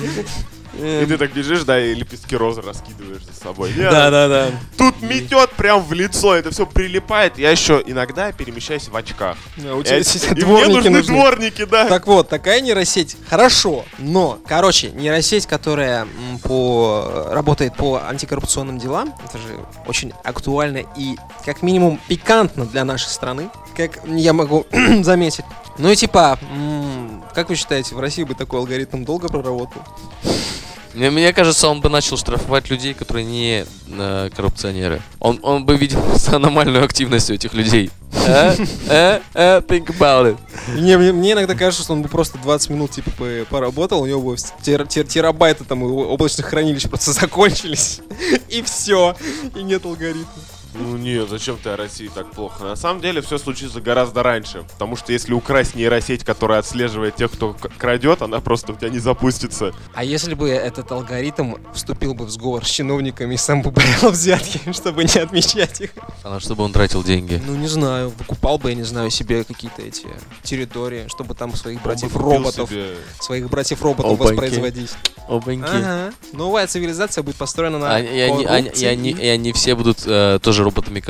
[SPEAKER 3] И ты так бежишь, да, и лепестки розы раскидываешь за собой. Я-
[SPEAKER 1] эм, да, да.
[SPEAKER 3] Тут метет прям в лицо, это все прилипает. Я еще иногда перемещаюсь в очках.
[SPEAKER 1] «А У
[SPEAKER 3] Э,
[SPEAKER 1] тебя сейчас
[SPEAKER 3] и мне
[SPEAKER 1] дворники нужны.
[SPEAKER 3] дворники, да.
[SPEAKER 1] Так вот, такая нейросеть хорошо, но, короче, нейросеть, которая м, по, работает по антикоррупционным делам, это же очень актуально и, как минимум, пикантно для нашей страны, как я могу заметить. Ну и типа, м, как вы считаете, в России бы такой алгоритм долго проработал?
[SPEAKER 2] Мне, мне кажется, он бы начал штрафовать людей, которые не э, коррупционеры. Он, он бы видел просто аномальную активность у этих людей. Э? Э? Э? Think about it.
[SPEAKER 1] Мне, мне- мне иногда кажется, что он бы просто 20 минут типа бы поработал, у него бы с- тер- тер- терабайты там у- облачных хранилищ просто закончились, и все, и нет алгоритма.
[SPEAKER 3] Ну нет, зачем ты о России так плохо? На самом деле все случится гораздо раньше. Потому что если украсть нейросеть, которая отслеживает тех, кто к- крадет, она просто у тебя не запустится.
[SPEAKER 1] А если бы этот алгоритм вступил бы в сговор с чиновниками и сам бы брал взятки, чтобы не отмечать их?
[SPEAKER 2] Она, чтобы он тратил деньги.
[SPEAKER 1] Ну, не знаю, выкупал бы, я не знаю, себе какие-то эти территории, чтобы там своих
[SPEAKER 3] Он бы купил
[SPEAKER 1] братьев-роботов,
[SPEAKER 3] себе-
[SPEAKER 1] своих братьев-роботов
[SPEAKER 2] Опаньки.
[SPEAKER 1] воспроизводить.
[SPEAKER 2] Опаньки.
[SPEAKER 1] Ага. Новая цивилизация будет построена
[SPEAKER 2] А-
[SPEAKER 1] на
[SPEAKER 2] И они, они- и они- и они все будут э, тоже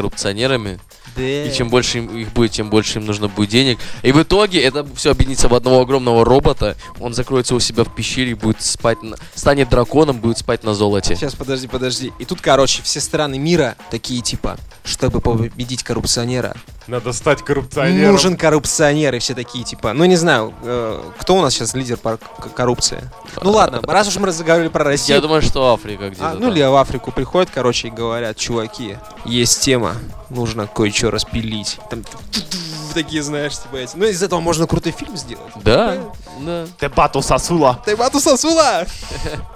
[SPEAKER 2] роботами-коррупционерами. И
[SPEAKER 1] Э.
[SPEAKER 2] чем больше им их будет, тем больше им нужно будет денег. И в итоге это все объединится в одного огромного робота. Он закроется у себя в пещере и будет спать, на- станет драконом, будет спать на золоте.
[SPEAKER 1] Сейчас, подожди, подожди. И тут, короче, все страны мира такие типа, чтобы победить коррупционера,
[SPEAKER 3] Надо стать коррупционером.
[SPEAKER 1] нужен коррупционер, и все такие, типа, ну не знаю, э, кто у нас сейчас лидер по к- коррупции? Ну ладно, раз уж мы разговаривали про Россию,
[SPEAKER 2] Типа, Я думаю, что Африка где-то.
[SPEAKER 1] а, ну
[SPEAKER 2] там.
[SPEAKER 1] или в Африку приходят, короче, и говорят, чуваки, есть тема, нужно кое-что распилить. Там буквы такие, знаешь, типа эти. Ну, из этого можно крутой фильм сделать.
[SPEAKER 2] Да, да.
[SPEAKER 3] Ты батл сосула.
[SPEAKER 1] Тайбату Сасула!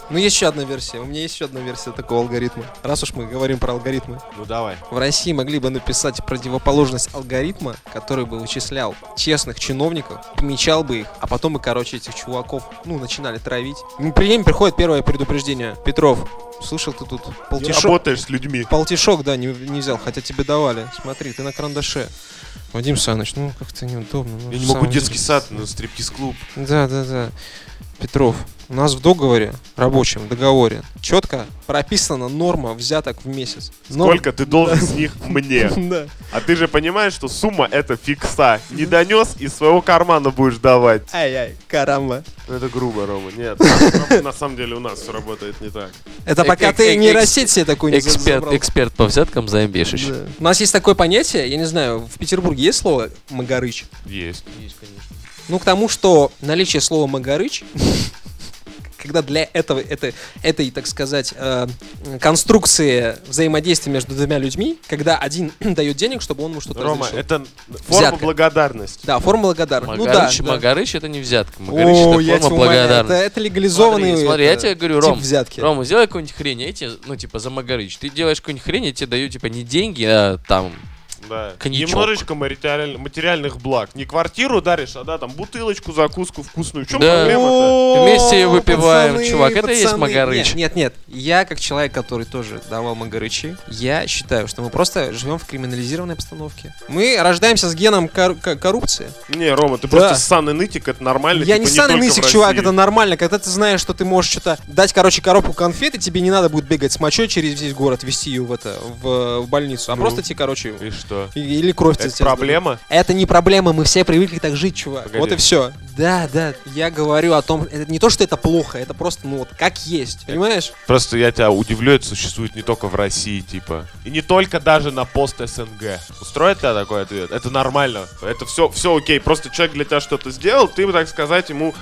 [SPEAKER 1] Ну, есть еще одна версия. У меня есть еще одна версия такого алгоритма. Раз уж мы говорим про алгоритмы.
[SPEAKER 3] Ну давай.
[SPEAKER 1] В России могли бы написать противоположность алгоритма, который бы вычислял честных чиновников, помечал бы их, а потом бы, короче, этих чуваков, ну, начинали травить. Ну, при ним приходит первое предупреждение. Петров, слышал ты тут
[SPEAKER 3] Не
[SPEAKER 1] полтишок?
[SPEAKER 3] работаешь с людьми.
[SPEAKER 1] Полтишок, да, не, не взял, хотя тебе давали. Смотри, ты на карандаше. Вадим Саныч, ну как-то неудобно. ну,
[SPEAKER 3] Я
[SPEAKER 1] в
[SPEAKER 3] не могу
[SPEAKER 1] самом деле.
[SPEAKER 3] детский сад, но стриптиз-клуб.
[SPEAKER 1] Да, да, да. Петров, у нас в договоре, рабочем договоре, четко прописана норма взяток в месяц. Норм-
[SPEAKER 3] Сколько ты должен с них мне?
[SPEAKER 1] Да.
[SPEAKER 3] А ты же понимаешь, что сумма это фикса. Не донес, из своего кармана будешь давать.
[SPEAKER 1] Ай-ай, карамба.
[SPEAKER 3] Ну это грубо, Рома. Нет, Рома, на самом деле у нас все работает не так.
[SPEAKER 1] Это
[SPEAKER 2] Э-
[SPEAKER 1] пока
[SPEAKER 2] э-
[SPEAKER 1] ты
[SPEAKER 2] э-
[SPEAKER 1] не
[SPEAKER 2] экс-
[SPEAKER 1] рассеть себе такую не за-
[SPEAKER 2] Эксперт,
[SPEAKER 1] забрал.
[SPEAKER 2] эксперт по взяткам Займ Бешич.
[SPEAKER 1] Да. У нас есть такое понятие, я не знаю, в Петербурге есть слово «магарыч»?
[SPEAKER 3] Есть.
[SPEAKER 1] Ну, к тому, что наличие слова «магарыч», когда для этого, это, этой, так сказать, э, конструкции взаимодействия между двумя людьми, когда один дает денег, чтобы он ему что-то
[SPEAKER 3] Рома,
[SPEAKER 1] разрешил.
[SPEAKER 3] это форма
[SPEAKER 1] Взятка.
[SPEAKER 3] благодарности.
[SPEAKER 1] Да, форма благодарности. Ну да,
[SPEAKER 2] Магарыч,
[SPEAKER 1] да.
[SPEAKER 2] Магарыч это не взятка. Магарыч
[SPEAKER 1] О, я
[SPEAKER 2] это
[SPEAKER 1] тебя
[SPEAKER 2] форма
[SPEAKER 1] умоляю, это,
[SPEAKER 2] благодарности.
[SPEAKER 1] это легализованный
[SPEAKER 2] Смотри, смотри, я
[SPEAKER 1] это,
[SPEAKER 2] тебе говорю,
[SPEAKER 1] тип
[SPEAKER 2] Ром,
[SPEAKER 1] взятки.
[SPEAKER 2] Рома, сделай какую-нибудь хрень, я тебе, ну, типа, за Магарыч. Ты делаешь какую-нибудь хрень, я тебе даю, типа, не деньги, а там...
[SPEAKER 3] Да.
[SPEAKER 2] Коньячок.
[SPEAKER 3] Немножечко материаль- материальных благ. Не квартиру даришь, а да, там бутылочку, закуску вкусную. В чем
[SPEAKER 2] Да.
[SPEAKER 3] проблема-то?
[SPEAKER 2] Вместе выпиваем, чувак, это и есть Магарыч.
[SPEAKER 1] Нет, нет, нет, я как человек, который тоже давал Магарычи, я считаю, что мы просто живем в криминализированной обстановке. Мы рождаемся с геном кор- к- коррупции.
[SPEAKER 3] Не, Рома, ты
[SPEAKER 1] Да.
[SPEAKER 3] просто ссаный нытик, это нормально.
[SPEAKER 1] я
[SPEAKER 3] типа,
[SPEAKER 1] не стану
[SPEAKER 3] только в
[SPEAKER 1] нытик,
[SPEAKER 3] России.
[SPEAKER 1] чувак, это нормально. Когда ты знаешь, что ты можешь что-то дать, короче, коробку конфет, и тебе не надо будет бегать с мочой через весь город, вести ее в, это, в, в больницу, а
[SPEAKER 3] Ну.
[SPEAKER 1] просто тебе, короче,
[SPEAKER 3] И что?
[SPEAKER 1] и- или кровь тебе
[SPEAKER 3] Это
[SPEAKER 1] сдадут.
[SPEAKER 3] проблема?
[SPEAKER 1] Это не проблема, мы все привыкли так жить, чувак.
[SPEAKER 3] Погоди.
[SPEAKER 1] Вот и все. Да, да. Я говорю о том, это не то, что это плохо, это просто, ну вот, как
[SPEAKER 3] Э,
[SPEAKER 1] есть. Понимаешь?
[SPEAKER 3] Просто я тебя удивлю, это существует не только в России, типа. И не только даже на пост СНГ. Устроит тебя такой ответ? Это нормально. Это все, все окей. Просто человек для тебя что-то сделал, ты, так сказать, ему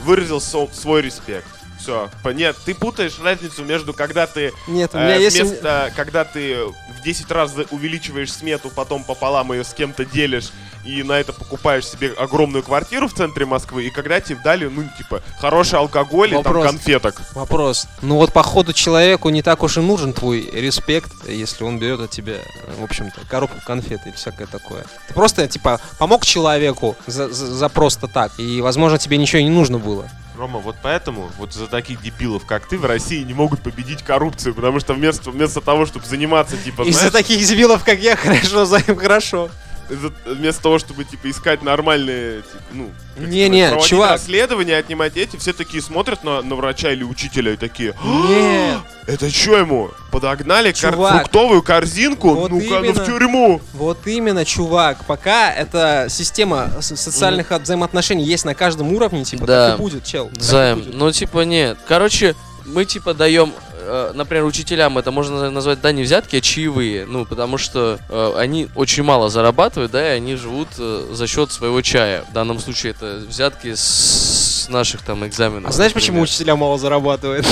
[SPEAKER 3] выразил со- свой респект. Все. Нет, ты путаешь разницу между когда ты
[SPEAKER 1] Нет, у
[SPEAKER 3] Э,
[SPEAKER 1] меня есть...
[SPEAKER 3] вместо, когда ты в 10 раз за- увеличиваешь смету, потом пополам ее с кем-то делишь, и на это покупаешь себе огромную квартиру в центре Москвы, и когда тебе дали, ну, типа, хороший алкоголь и
[SPEAKER 1] Вопрос.
[SPEAKER 3] там конфеток.
[SPEAKER 1] Вопрос. Ну вот, походу, человеку не так уж и нужен твой респект, если он берет от тебя, э, в общем-то, коробку конфет и всякое такое. Ты просто, типа, помог человеку за, за- за просто так, и, возможно, тебе ничего и не нужно было.
[SPEAKER 3] Рома, вот поэтому вот за таких дебилов, как ты, в России не могут победить коррупцию, потому что вместо, вместо того, чтобы заниматься, типа,
[SPEAKER 1] Из-за
[SPEAKER 3] знаешь,
[SPEAKER 1] таких дебилов, как я, хорошо, Займ, хорошо.
[SPEAKER 3] из-за- вместо того, чтобы, типа, искать нормальные, типа, ну, как это
[SPEAKER 1] Не-не,
[SPEAKER 3] сказать, проводить
[SPEAKER 1] чувак.
[SPEAKER 3] расследования, отнимать эти, все такие смотрят на, на врача или учителя и такие, «А,
[SPEAKER 1] Нет.
[SPEAKER 3] Это что ему? Подогнали кар-
[SPEAKER 1] Чувак.
[SPEAKER 3] фруктовую корзинку?
[SPEAKER 1] Вот
[SPEAKER 3] Ну-ка, ну
[SPEAKER 1] именно.
[SPEAKER 3] в тюрьму!
[SPEAKER 1] Вот именно, чувак. Пока эта система со- социальных от- взаимоотношений есть на каждом уровне, типа,
[SPEAKER 2] Да.
[SPEAKER 1] так и будет, чел. так и
[SPEAKER 2] Займ,
[SPEAKER 1] будет.
[SPEAKER 2] ну, типа, нет. Короче, мы, типа, даем, э, например, учителям, это можно назвать, да, не взятки, а чаевые. Ну, потому что э, они очень мало зарабатывают, да, и они живут э, за счет своего чая. В данном случае это взятки с наших там экзаменов.
[SPEAKER 1] А знаешь, почему
[SPEAKER 2] например.
[SPEAKER 1] учителя мало зарабатывают?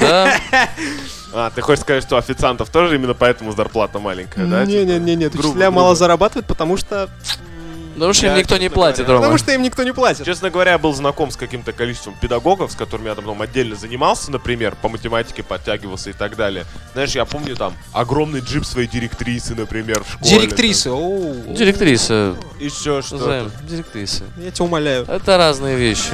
[SPEAKER 2] Да.
[SPEAKER 3] А, ты хочешь сказать, что официантов тоже именно поэтому зарплата маленькая, да? типа?
[SPEAKER 1] Не-не-не,
[SPEAKER 3] Грубо,
[SPEAKER 1] учителя
[SPEAKER 3] грубо.
[SPEAKER 1] мало зарабатывают, потому что...
[SPEAKER 2] Потому что им
[SPEAKER 3] Я,
[SPEAKER 2] никто не
[SPEAKER 3] честно
[SPEAKER 2] платит,
[SPEAKER 3] говоря,
[SPEAKER 2] Рома.
[SPEAKER 1] Потому что им никто не платит.
[SPEAKER 3] Честно говоря, я был знаком с каким-то количеством педагогов, с которыми я там потом отдельно занимался, например, по математике подтягивался и так далее. Знаешь, я помню там огромный джип своей директрисы, например, в школе.
[SPEAKER 1] Директрисы, оу.
[SPEAKER 2] Директриса,
[SPEAKER 3] там, Еще что
[SPEAKER 2] Займ, директриса.
[SPEAKER 1] Я тебя умоляю.
[SPEAKER 2] Это разные вещи.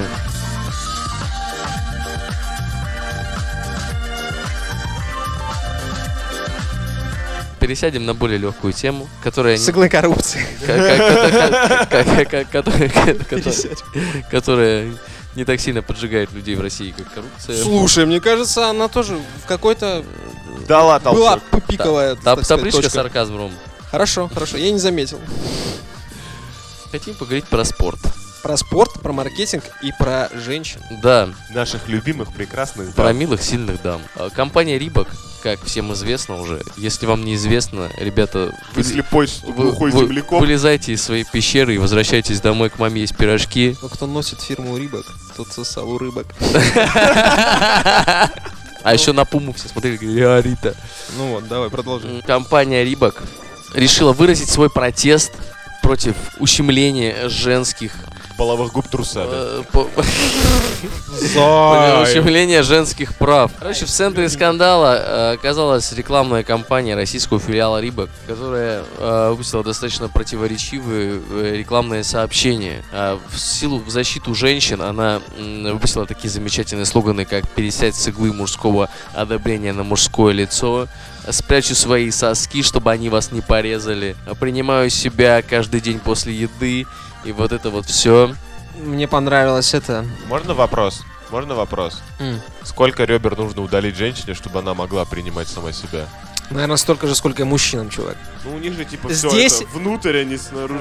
[SPEAKER 2] Пересядем на более легкую тему, которая не-
[SPEAKER 1] Сыглы коррупции.
[SPEAKER 2] ко- ко- ко- ко- ко- которая- которая-
[SPEAKER 1] Пересядь.
[SPEAKER 2] которая не так сильно поджигает людей в России, как коррупция.
[SPEAKER 1] Слушай, мне кажется, она тоже в какой-то...
[SPEAKER 3] Дала
[SPEAKER 1] Была
[SPEAKER 3] толчок.
[SPEAKER 1] пиковая,
[SPEAKER 2] Та-
[SPEAKER 1] так сказать,
[SPEAKER 2] Табличка с
[SPEAKER 1] точка.
[SPEAKER 2] сарказмом. Ром.
[SPEAKER 1] Хорошо, хорошо, я не заметил.
[SPEAKER 2] Хотим поговорить про спорт.
[SPEAKER 1] Про спорт, про маркетинг и про женщин.
[SPEAKER 2] Да,
[SPEAKER 3] Наших любимых, прекрасных
[SPEAKER 2] Про
[SPEAKER 3] дам.
[SPEAKER 2] милых, сильных дам. А, Компания Рибок, как всем известно уже, если вам не известно, ребята,
[SPEAKER 3] Вы
[SPEAKER 2] выли-
[SPEAKER 3] слепой,
[SPEAKER 2] вы-
[SPEAKER 3] глухой
[SPEAKER 2] вы-
[SPEAKER 3] земляком.
[SPEAKER 2] вылезайте из своей пещеры и возвращайтесь домой к маме есть пирожки.
[SPEAKER 1] Но кто носит фирму Рибок, тот сосал у рыбок.
[SPEAKER 2] А еще на пуму все смотрели, говорили, а, Рита.
[SPEAKER 1] Ну вот, давай, продолжим.
[SPEAKER 2] Компания Рибок решила выразить свой протест против ущемления женских...
[SPEAKER 3] Половых губ трусами.
[SPEAKER 2] э, по-
[SPEAKER 3] Зай.
[SPEAKER 2] Ущемление женских прав. Короче, в центре скандала э, оказалась рекламная кампания российского филиала Рибок, которая э, выпустила достаточно противоречивые э, рекламные сообщения. А В силу в защиту женщин она м, выпустила такие замечательные слоганы, как «Пересядь с иглы мужского одобрения на мужское лицо», Спрячу свои соски, чтобы они вас не порезали. Принимаю себя каждый день после еды. И вот это вот все.
[SPEAKER 1] Мне понравилось это.
[SPEAKER 3] Можно вопрос? Можно вопрос?
[SPEAKER 1] М.
[SPEAKER 3] Сколько ребер нужно удалить женщине, чтобы она могла принимать сама себя?
[SPEAKER 1] Наверное, столько же, сколько и мужчинам, чувак.
[SPEAKER 3] Ну, у них же типа
[SPEAKER 1] всё Здесь- это
[SPEAKER 3] внутрь, а не снаружи.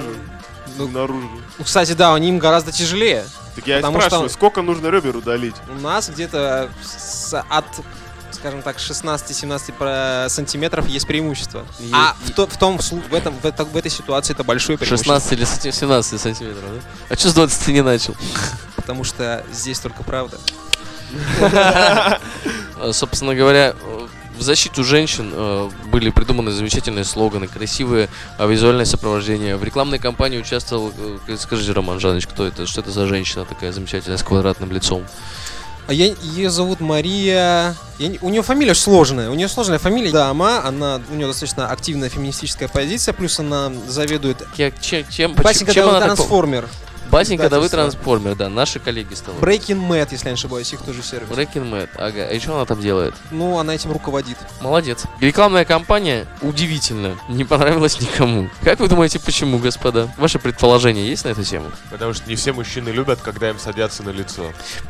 [SPEAKER 1] Ну, Ну, кстати, да, они им гораздо тяжелее.
[SPEAKER 3] Так я и
[SPEAKER 1] Потому
[SPEAKER 3] спрашиваю,
[SPEAKER 1] что-
[SPEAKER 3] сколько нужно ребер удалить?
[SPEAKER 1] У нас где-то с- от, скажем так, 16-17 про- сантиметров есть преимущество.
[SPEAKER 2] Е-
[SPEAKER 1] А в, то- в том, слу- в, этом, в, это- в этой ситуации это большое преимущество.
[SPEAKER 2] 16 или сантим- 17 сантиметров, да? А что с 20 не начал?
[SPEAKER 1] Потому что здесь только правда.
[SPEAKER 2] Э, Собственно говоря, э, в защиту женщин э, были придуманы замечательные слоганы, красивые э, визуальное сопровождение. В рекламной кампании участвовал... э, Скажите, Роман Жанович, кто это? Что это за женщина такая замечательная с квадратным лицом?
[SPEAKER 1] А я, ее зовут Мария. я не- у нее фамилия ж сложная. У нее сложная фамилия. Да, Ама, она, у нее достаточно активная феминистическая позиция, плюс она заведует.
[SPEAKER 2] Я- че- Чем, поч-
[SPEAKER 1] Басенька
[SPEAKER 2] чем
[SPEAKER 1] Давыд
[SPEAKER 2] она так по-
[SPEAKER 1] трансформер.
[SPEAKER 2] Басенька Давыд
[SPEAKER 1] издательство.
[SPEAKER 2] трансформер, да, наши коллеги стали.
[SPEAKER 1] Breaking Mad, если я не ошибаюсь, их тоже сервис.
[SPEAKER 2] Breaking Mad, ага. И что она там делает?
[SPEAKER 1] Ну, она этим руководит.
[SPEAKER 2] Молодец. Рекламная кампания удивительно не понравилась никому. Как вы думаете, почему, господа? Ваши предположения есть на эту тему?
[SPEAKER 3] Потому что не все мужчины любят, когда им садятся на лицо.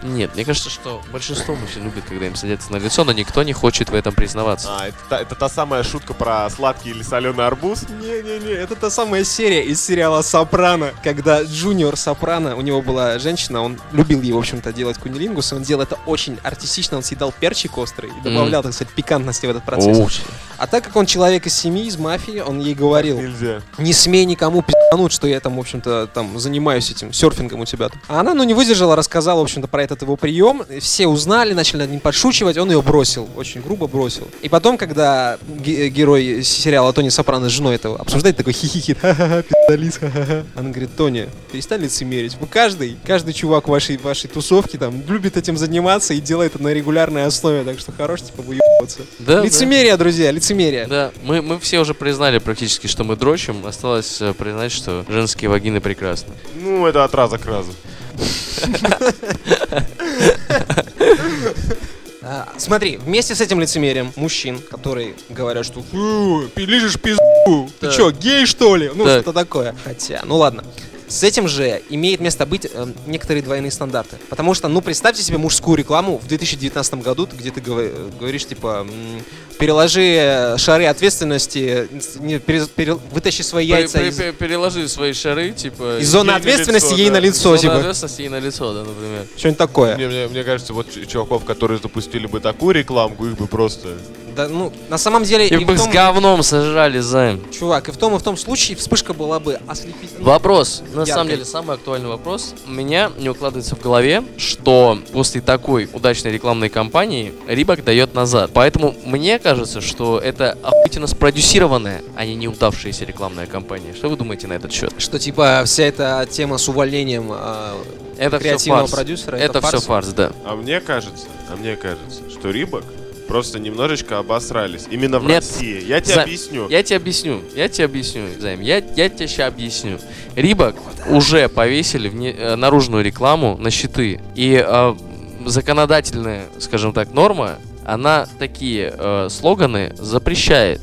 [SPEAKER 2] Нет, мне кажется, что большинство мужчин любит, когда им садятся на лицо, но никто не хочет в этом признаваться.
[SPEAKER 3] А, это, та- это та самая шутка про сладкий или соленый арбуз?
[SPEAKER 1] Не-не-не, это та самая серия из сериала «Сопрано», когда Джуниор Сопрано, у него была женщина, он любил ей, в общем-то, делать кунилингус, и он делал это очень артистично, он съедал перчик острый и добавлял, так сказать, пикантности в этот процесс.
[SPEAKER 2] Оу, ш-
[SPEAKER 1] А так как он человек из семьи, из мафии, он ей говорил,
[SPEAKER 3] Нельзя.
[SPEAKER 1] не смей никому пи***нуть, что я там, в общем-то, там занимаюсь этим серфингом у тебя. тут». А она, ну, не выдержала, рассказала, в общем-то, про этот его прием. Все узнали, начали над ним подшучивать, он ее бросил, очень грубо бросил. И потом, когда ге- э, герой сериала Тони Сопрано с женой этого обсуждает, такой хихихи, ха-ха-ха, пи***лис, ха-ха-ха. Она говорит, Тони, перестань лицемерить. Вы каждый, каждый чувак в вашей, вашей тусовке там любит этим заниматься и делает это на регулярной основе, так что хорош, типа, выебываться.
[SPEAKER 2] Да, да.
[SPEAKER 1] лицемерие, друзья, лицемерие.
[SPEAKER 2] Да, мы, мы все уже признали практически, что мы дрочим. Осталось э, признать, что женские вагины прекрасны.
[SPEAKER 3] Ну, это от раза к разу.
[SPEAKER 1] А, Смотри, вместе с этим лицемерием мужчин, которые говорят, что «Фу, пи- лижешь пизду, ты
[SPEAKER 2] Так.
[SPEAKER 1] чё, гей что ли? Ну,
[SPEAKER 2] Так.
[SPEAKER 1] что-то такое. Хотя, ну ладно. С этим же имеет место быть эм, некоторые двойные стандарты. Потому что, ну, представьте себе мужскую рекламу в 2019 году, где ты говори- говоришь, типа, м, переложи э, шары ответственности, э, не, перез- перел- вытащи свои яйца
[SPEAKER 2] Пре-
[SPEAKER 1] из,
[SPEAKER 2] пре- переложи свои шары, типа...
[SPEAKER 1] из зоны
[SPEAKER 3] ей на
[SPEAKER 1] ответственности
[SPEAKER 3] лицо,
[SPEAKER 1] ей
[SPEAKER 3] да.
[SPEAKER 1] на лицо,
[SPEAKER 2] зона
[SPEAKER 1] типа,
[SPEAKER 2] ответственности ей на лицо, да, например.
[SPEAKER 1] что-нибудь такое.
[SPEAKER 3] Мне, мне- мне кажется, вот ч- чуваков, которые запустили бы такую рекламку, их бы просто...
[SPEAKER 1] Да, ну, на самом деле, и
[SPEAKER 2] И
[SPEAKER 1] в
[SPEAKER 2] бы с
[SPEAKER 1] том-
[SPEAKER 2] говном сожрали, займ.
[SPEAKER 1] чувак, и в том, и в том случае вспышка была бы ослепительной.
[SPEAKER 2] Вопрос. На
[SPEAKER 1] Яркой.
[SPEAKER 2] самом деле, самый актуальный вопрос. У меня не укладывается в голове, что после такой удачной рекламной кампании Рибак дает назад. Поэтому мне кажется, что это охуительно спродюсированная, а не неудавшаяся рекламная кампания. Что вы думаете на этот счет?
[SPEAKER 1] Что типа вся эта тема с увольнением э,
[SPEAKER 2] Это все
[SPEAKER 1] креативного
[SPEAKER 2] фарс.
[SPEAKER 1] продюсера, это,
[SPEAKER 2] Это все
[SPEAKER 1] фарс?
[SPEAKER 2] фарс, да.
[SPEAKER 3] А мне кажется, а мне кажется, что Рибок просто немножечко обосрались. Именно в
[SPEAKER 2] Нет.
[SPEAKER 3] России. Я тебе
[SPEAKER 2] За-
[SPEAKER 3] объясню.
[SPEAKER 2] Я тебе объясню, я тебе объясню, Займ, я, я тебе сейчас объясню. Рибок уже повесили вне- э, наружную рекламу на щиты. И э, законодательная, скажем так, норма, она такие э, слоганы запрещает.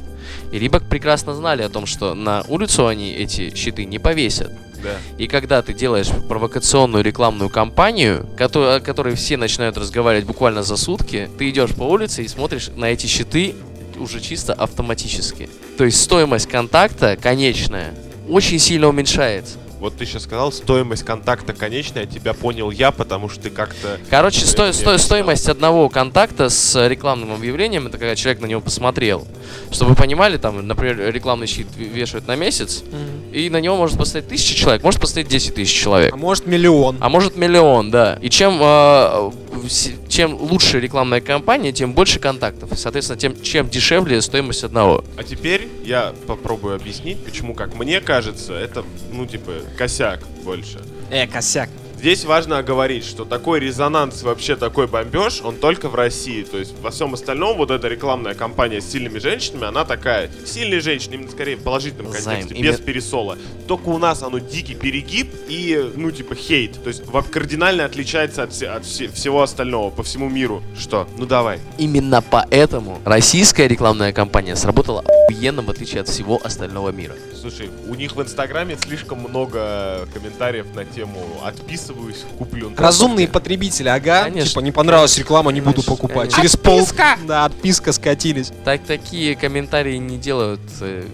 [SPEAKER 2] И Рибок прекрасно знали о том, что на улицу они эти щиты не повесят.
[SPEAKER 3] Да.
[SPEAKER 2] И когда ты делаешь провокационную рекламную кампанию, кото- о которой все начинают разговаривать буквально за сутки, ты идешь по улице и смотришь на эти щиты уже чисто автоматически. То есть стоимость контакта конечная очень сильно уменьшается.
[SPEAKER 3] Вот ты сейчас сказал, стоимость контакта конечная, тебя понял я, потому что ты как-то...
[SPEAKER 2] Короче,
[SPEAKER 3] Это
[SPEAKER 2] сто-
[SPEAKER 3] я
[SPEAKER 2] сто-
[SPEAKER 3] не
[SPEAKER 2] стоимость одного контакта с рекламным объявлением, это когда человек на него посмотрел. Чтобы вы понимали, там, например, рекламный щит ве- вешают на месяц,
[SPEAKER 1] Мгм.
[SPEAKER 2] и на него может посмотреть тысяча человек, а может посмотреть 10 тысяч человек.
[SPEAKER 1] А может миллион.
[SPEAKER 2] А может миллион, да. И чем э, с- чем лучше рекламная кампания, тем больше контактов. Соответственно, тем чем дешевле стоимость одного.
[SPEAKER 3] А теперь я попробую объяснить, почему, как мне кажется, это, ну, типа, косяк больше.
[SPEAKER 2] А.
[SPEAKER 1] Э, косяк.
[SPEAKER 3] Здесь важно оговорить, что такой резонанс, вообще такой бомбеж, он только в России. То есть во всем остальном вот эта рекламная кампания с сильными женщинами, она такая. Сильные женщины, именно скорее в положительном
[SPEAKER 2] Займ,
[SPEAKER 3] контексте,
[SPEAKER 2] именно-
[SPEAKER 3] без пересола. Только у нас оно дикий перегиб и, ну, типа, хейт. То есть во- кардинально отличается от, все- от все- всего остального по всему миру. Что? Ну давай.
[SPEAKER 2] Именно поэтому российская рекламная кампания сработала охуенно, в отличие от всего остального мира.
[SPEAKER 3] Слушай, у них в Инстаграме слишком много комментариев на тему «отписываюсь, куплю». Ну,
[SPEAKER 1] Разумные потребители, ага.
[SPEAKER 2] Конечно.
[SPEAKER 1] Типа, не понравилась реклама, не буду
[SPEAKER 2] Конечно,
[SPEAKER 1] покупать.
[SPEAKER 2] конечно.
[SPEAKER 1] Через отписка! пол... Да, отписка скатились.
[SPEAKER 2] Так такие комментарии не делают э,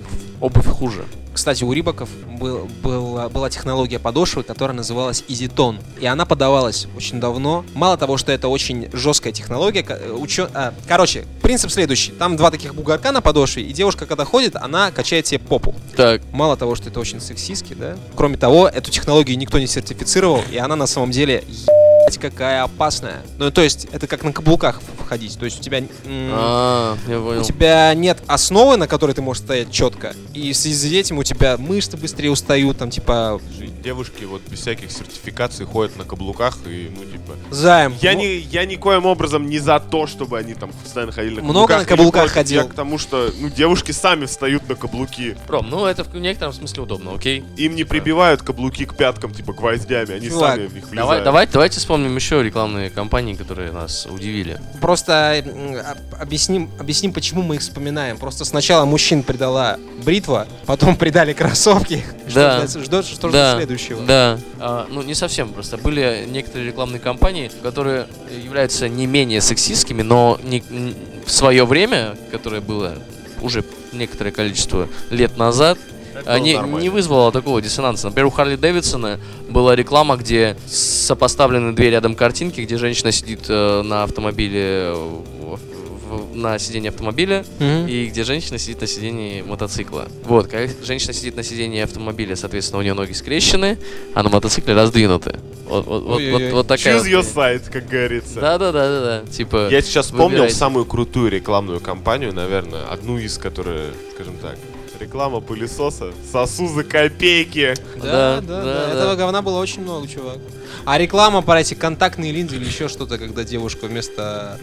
[SPEAKER 2] обувь хуже.
[SPEAKER 1] Кстати, у Рибаков был, была- была технология подошвы, которая называлась Изитон. И она подавалась очень давно. Мало того, что это очень жесткая технология. ко- э, учё- а, короче, принцип следующий. Там два таких бугорка на подошве, и девушка, когда ходит, она качает себе попу.
[SPEAKER 2] Так,
[SPEAKER 1] Мало того, что это очень сексистски, да? Кроме того, эту технологию никто не сертифицировал, и она на самом деле ебать, какая опасная. Ну, то есть, это как на каблуках в- ходить. То есть, у тебя... м,
[SPEAKER 2] а, я
[SPEAKER 1] у
[SPEAKER 2] понял.
[SPEAKER 1] тебя нет основы, на которой ты можешь стоять четко. И в связи с этим у тебя мышцы быстрее устают, там типа
[SPEAKER 3] Слушай, Девушки вот без всяких сертификаций ходят на каблуках и, ну, типа...
[SPEAKER 1] займ.
[SPEAKER 3] Я,
[SPEAKER 1] Ну,
[SPEAKER 3] не, я никоим образом не за то, чтобы они там постоянно ходили на
[SPEAKER 1] Много
[SPEAKER 3] каблуках.
[SPEAKER 1] на каблуках
[SPEAKER 3] Я
[SPEAKER 1] ходил.
[SPEAKER 3] к тому, что ну, девушки сами встают на каблуки.
[SPEAKER 2] Ром, ну это в некотором смысле удобно, окей?
[SPEAKER 3] Им не прибивают каблуки к пяткам, типа, гвоздями. Они
[SPEAKER 1] Чувак,
[SPEAKER 3] сами в них влезают.
[SPEAKER 2] Давай, давай, давайте вспомним еще рекламные кампании, которые нас удивили.
[SPEAKER 1] Просто м, об- объясним, объясним, почему мы их вспоминаем. Просто сначала мужчин предала бритва, потом предали кроссовки.
[SPEAKER 2] Да.
[SPEAKER 1] Что, ждёт- что ждёт следующего?
[SPEAKER 2] Да. А, ну, не совсем просто. Были некоторые рекламные кампании, которые являются не менее сексистскими, но не- н- в свое время, которое было уже некоторое количество лет назад,
[SPEAKER 3] Это было
[SPEAKER 2] они
[SPEAKER 3] нормально.
[SPEAKER 2] не вызвало такого диссонанса. Например, у Харли Дэвидсона была реклама, где сопоставлены две рядом картинки, где женщина сидит э, на автомобиле, э, в- в- на сиденье автомобиля,
[SPEAKER 1] Мгм.
[SPEAKER 2] и где женщина сидит на сидении мотоцикла. Вот, как женщина сидит на сидении автомобиля, соответственно, у нее ноги скрещены, а на мотоцикле раздвинуты. Вот, вот, вот,
[SPEAKER 1] Ой-ой-ой.
[SPEAKER 2] вот- вот такая.
[SPEAKER 3] Choose your side, как говорится.
[SPEAKER 2] Да, да, да, да, да. Типа.
[SPEAKER 3] Я сейчас вспомнил
[SPEAKER 2] Выбирайте.
[SPEAKER 3] самую крутую рекламную кампанию, наверное, одну из, которые, скажем так, реклама пылесоса «Сосу за копейки».
[SPEAKER 1] Да, да,
[SPEAKER 2] Да,
[SPEAKER 1] да,
[SPEAKER 2] да, да.
[SPEAKER 1] Этого говна было очень много, чувак. А реклама про эти контактные линзы или еще что-то, когда девушка вместо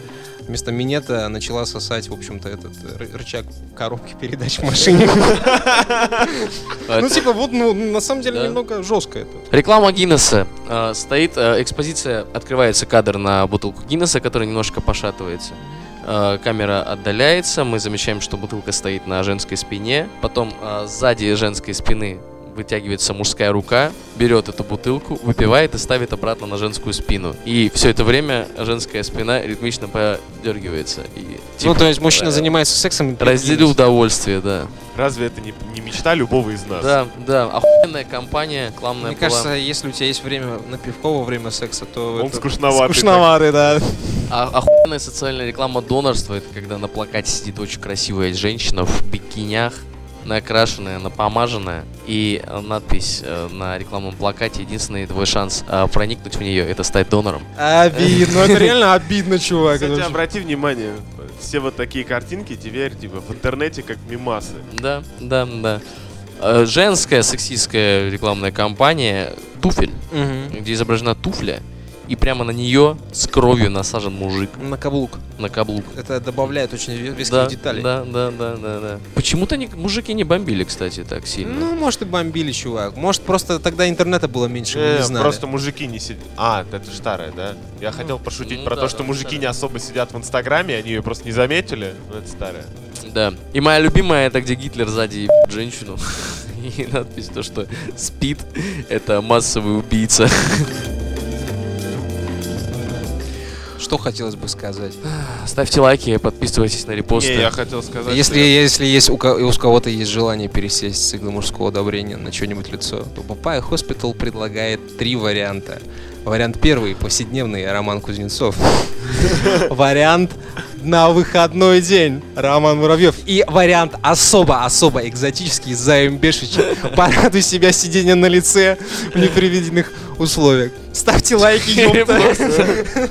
[SPEAKER 1] вместо минета начала сосать, в общем-то, этот э, ры- рычаг коробки передач в машине.
[SPEAKER 2] э, А
[SPEAKER 1] Ну, типа, вот, ну, на самом деле,
[SPEAKER 2] Да.
[SPEAKER 1] немного жестко это.
[SPEAKER 2] Реклама Гиннесса. Э, стоит э, экспозиция, открывается кадр на бутылку Гиннесса, которая немножко пошатывается. Э, камера отдаляется, мы замечаем, что бутылка стоит на женской спине. Потом э, сзади женской спины вытягивается мужская рука, берет эту бутылку, выпивает и ставит обратно на женскую спину. И все это время женская спина ритмично подергивается. И,
[SPEAKER 1] Ну,
[SPEAKER 2] типа,
[SPEAKER 1] то есть мужчина
[SPEAKER 2] э,
[SPEAKER 1] занимается сексом и
[SPEAKER 2] Раздели удовольствие, да.
[SPEAKER 3] Разве это не, не мечта любого из нас?
[SPEAKER 2] Да, да, охуенная компания
[SPEAKER 1] Мне
[SPEAKER 2] рекламная была.
[SPEAKER 1] кажется, если у тебя есть время на пивко во время секса, то
[SPEAKER 3] Он
[SPEAKER 1] это
[SPEAKER 3] скучноватый.
[SPEAKER 1] скучноватый, да.
[SPEAKER 2] А, охуенная социальная реклама донорства это когда на плакате сидит очень красивая женщина в бикинях, накрашенная, напомаженная, и э, надпись э, на рекламном плакате «Единственный твой шанс э, проникнуть в нее – это стать донором».
[SPEAKER 1] Обидно, Ну, это реально обидно, чувак.
[SPEAKER 3] Кстати, обрати внимание, все вот такие картинки теперь типа в интернете как мимасы.
[SPEAKER 2] Да, да, да. Э, Женская сексистская рекламная кампания «Туфель»,
[SPEAKER 1] Мгм.
[SPEAKER 2] где изображена туфля, и прямо на нее с кровью насажен мужик
[SPEAKER 1] На каблук.
[SPEAKER 2] на каблук.
[SPEAKER 1] Это добавляет очень ве- веских
[SPEAKER 2] Да,
[SPEAKER 1] деталей.
[SPEAKER 2] да, да, да, да, да. Почему-то они- мужики не бомбили, кстати, так сильно.
[SPEAKER 1] Ну, может, и бомбили, чувак. Может, просто тогда интернета было меньше, мы не
[SPEAKER 3] Э,
[SPEAKER 1] знали.
[SPEAKER 3] Просто мужики не сидят. А, это же старая, да? Я хотел пошутить
[SPEAKER 2] ну
[SPEAKER 3] про
[SPEAKER 2] да,
[SPEAKER 3] то,
[SPEAKER 2] да,
[SPEAKER 3] что мужики
[SPEAKER 2] старая.
[SPEAKER 3] не особо сидят в Инстаграме, они ее просто не заметили. Но это старая.
[SPEAKER 2] Да. И моя любимая это где Гитлер сзади ебет женщину. И надпись то, что спит, это массовый убийца.
[SPEAKER 1] Что хотелось бы сказать?
[SPEAKER 2] Ставьте лайки, подписывайтесь на репосты.
[SPEAKER 3] Не, я хотел сказать.
[SPEAKER 1] Если,
[SPEAKER 3] что-
[SPEAKER 1] если есть у, ко- у кого-то есть желание пересесть с иглы мужского удобрения на что-нибудь лицо, то Папая Хоспитал предлагает три варианта. Вариант первый – повседневный Роман Кузнецов. Вариант на выходной день Роман Муравьев. И вариант особо-особо экзотический Займ Бешич. Порадуй себя сиденья на лице в неприведенных условиях. Ставьте лайки, ёпта.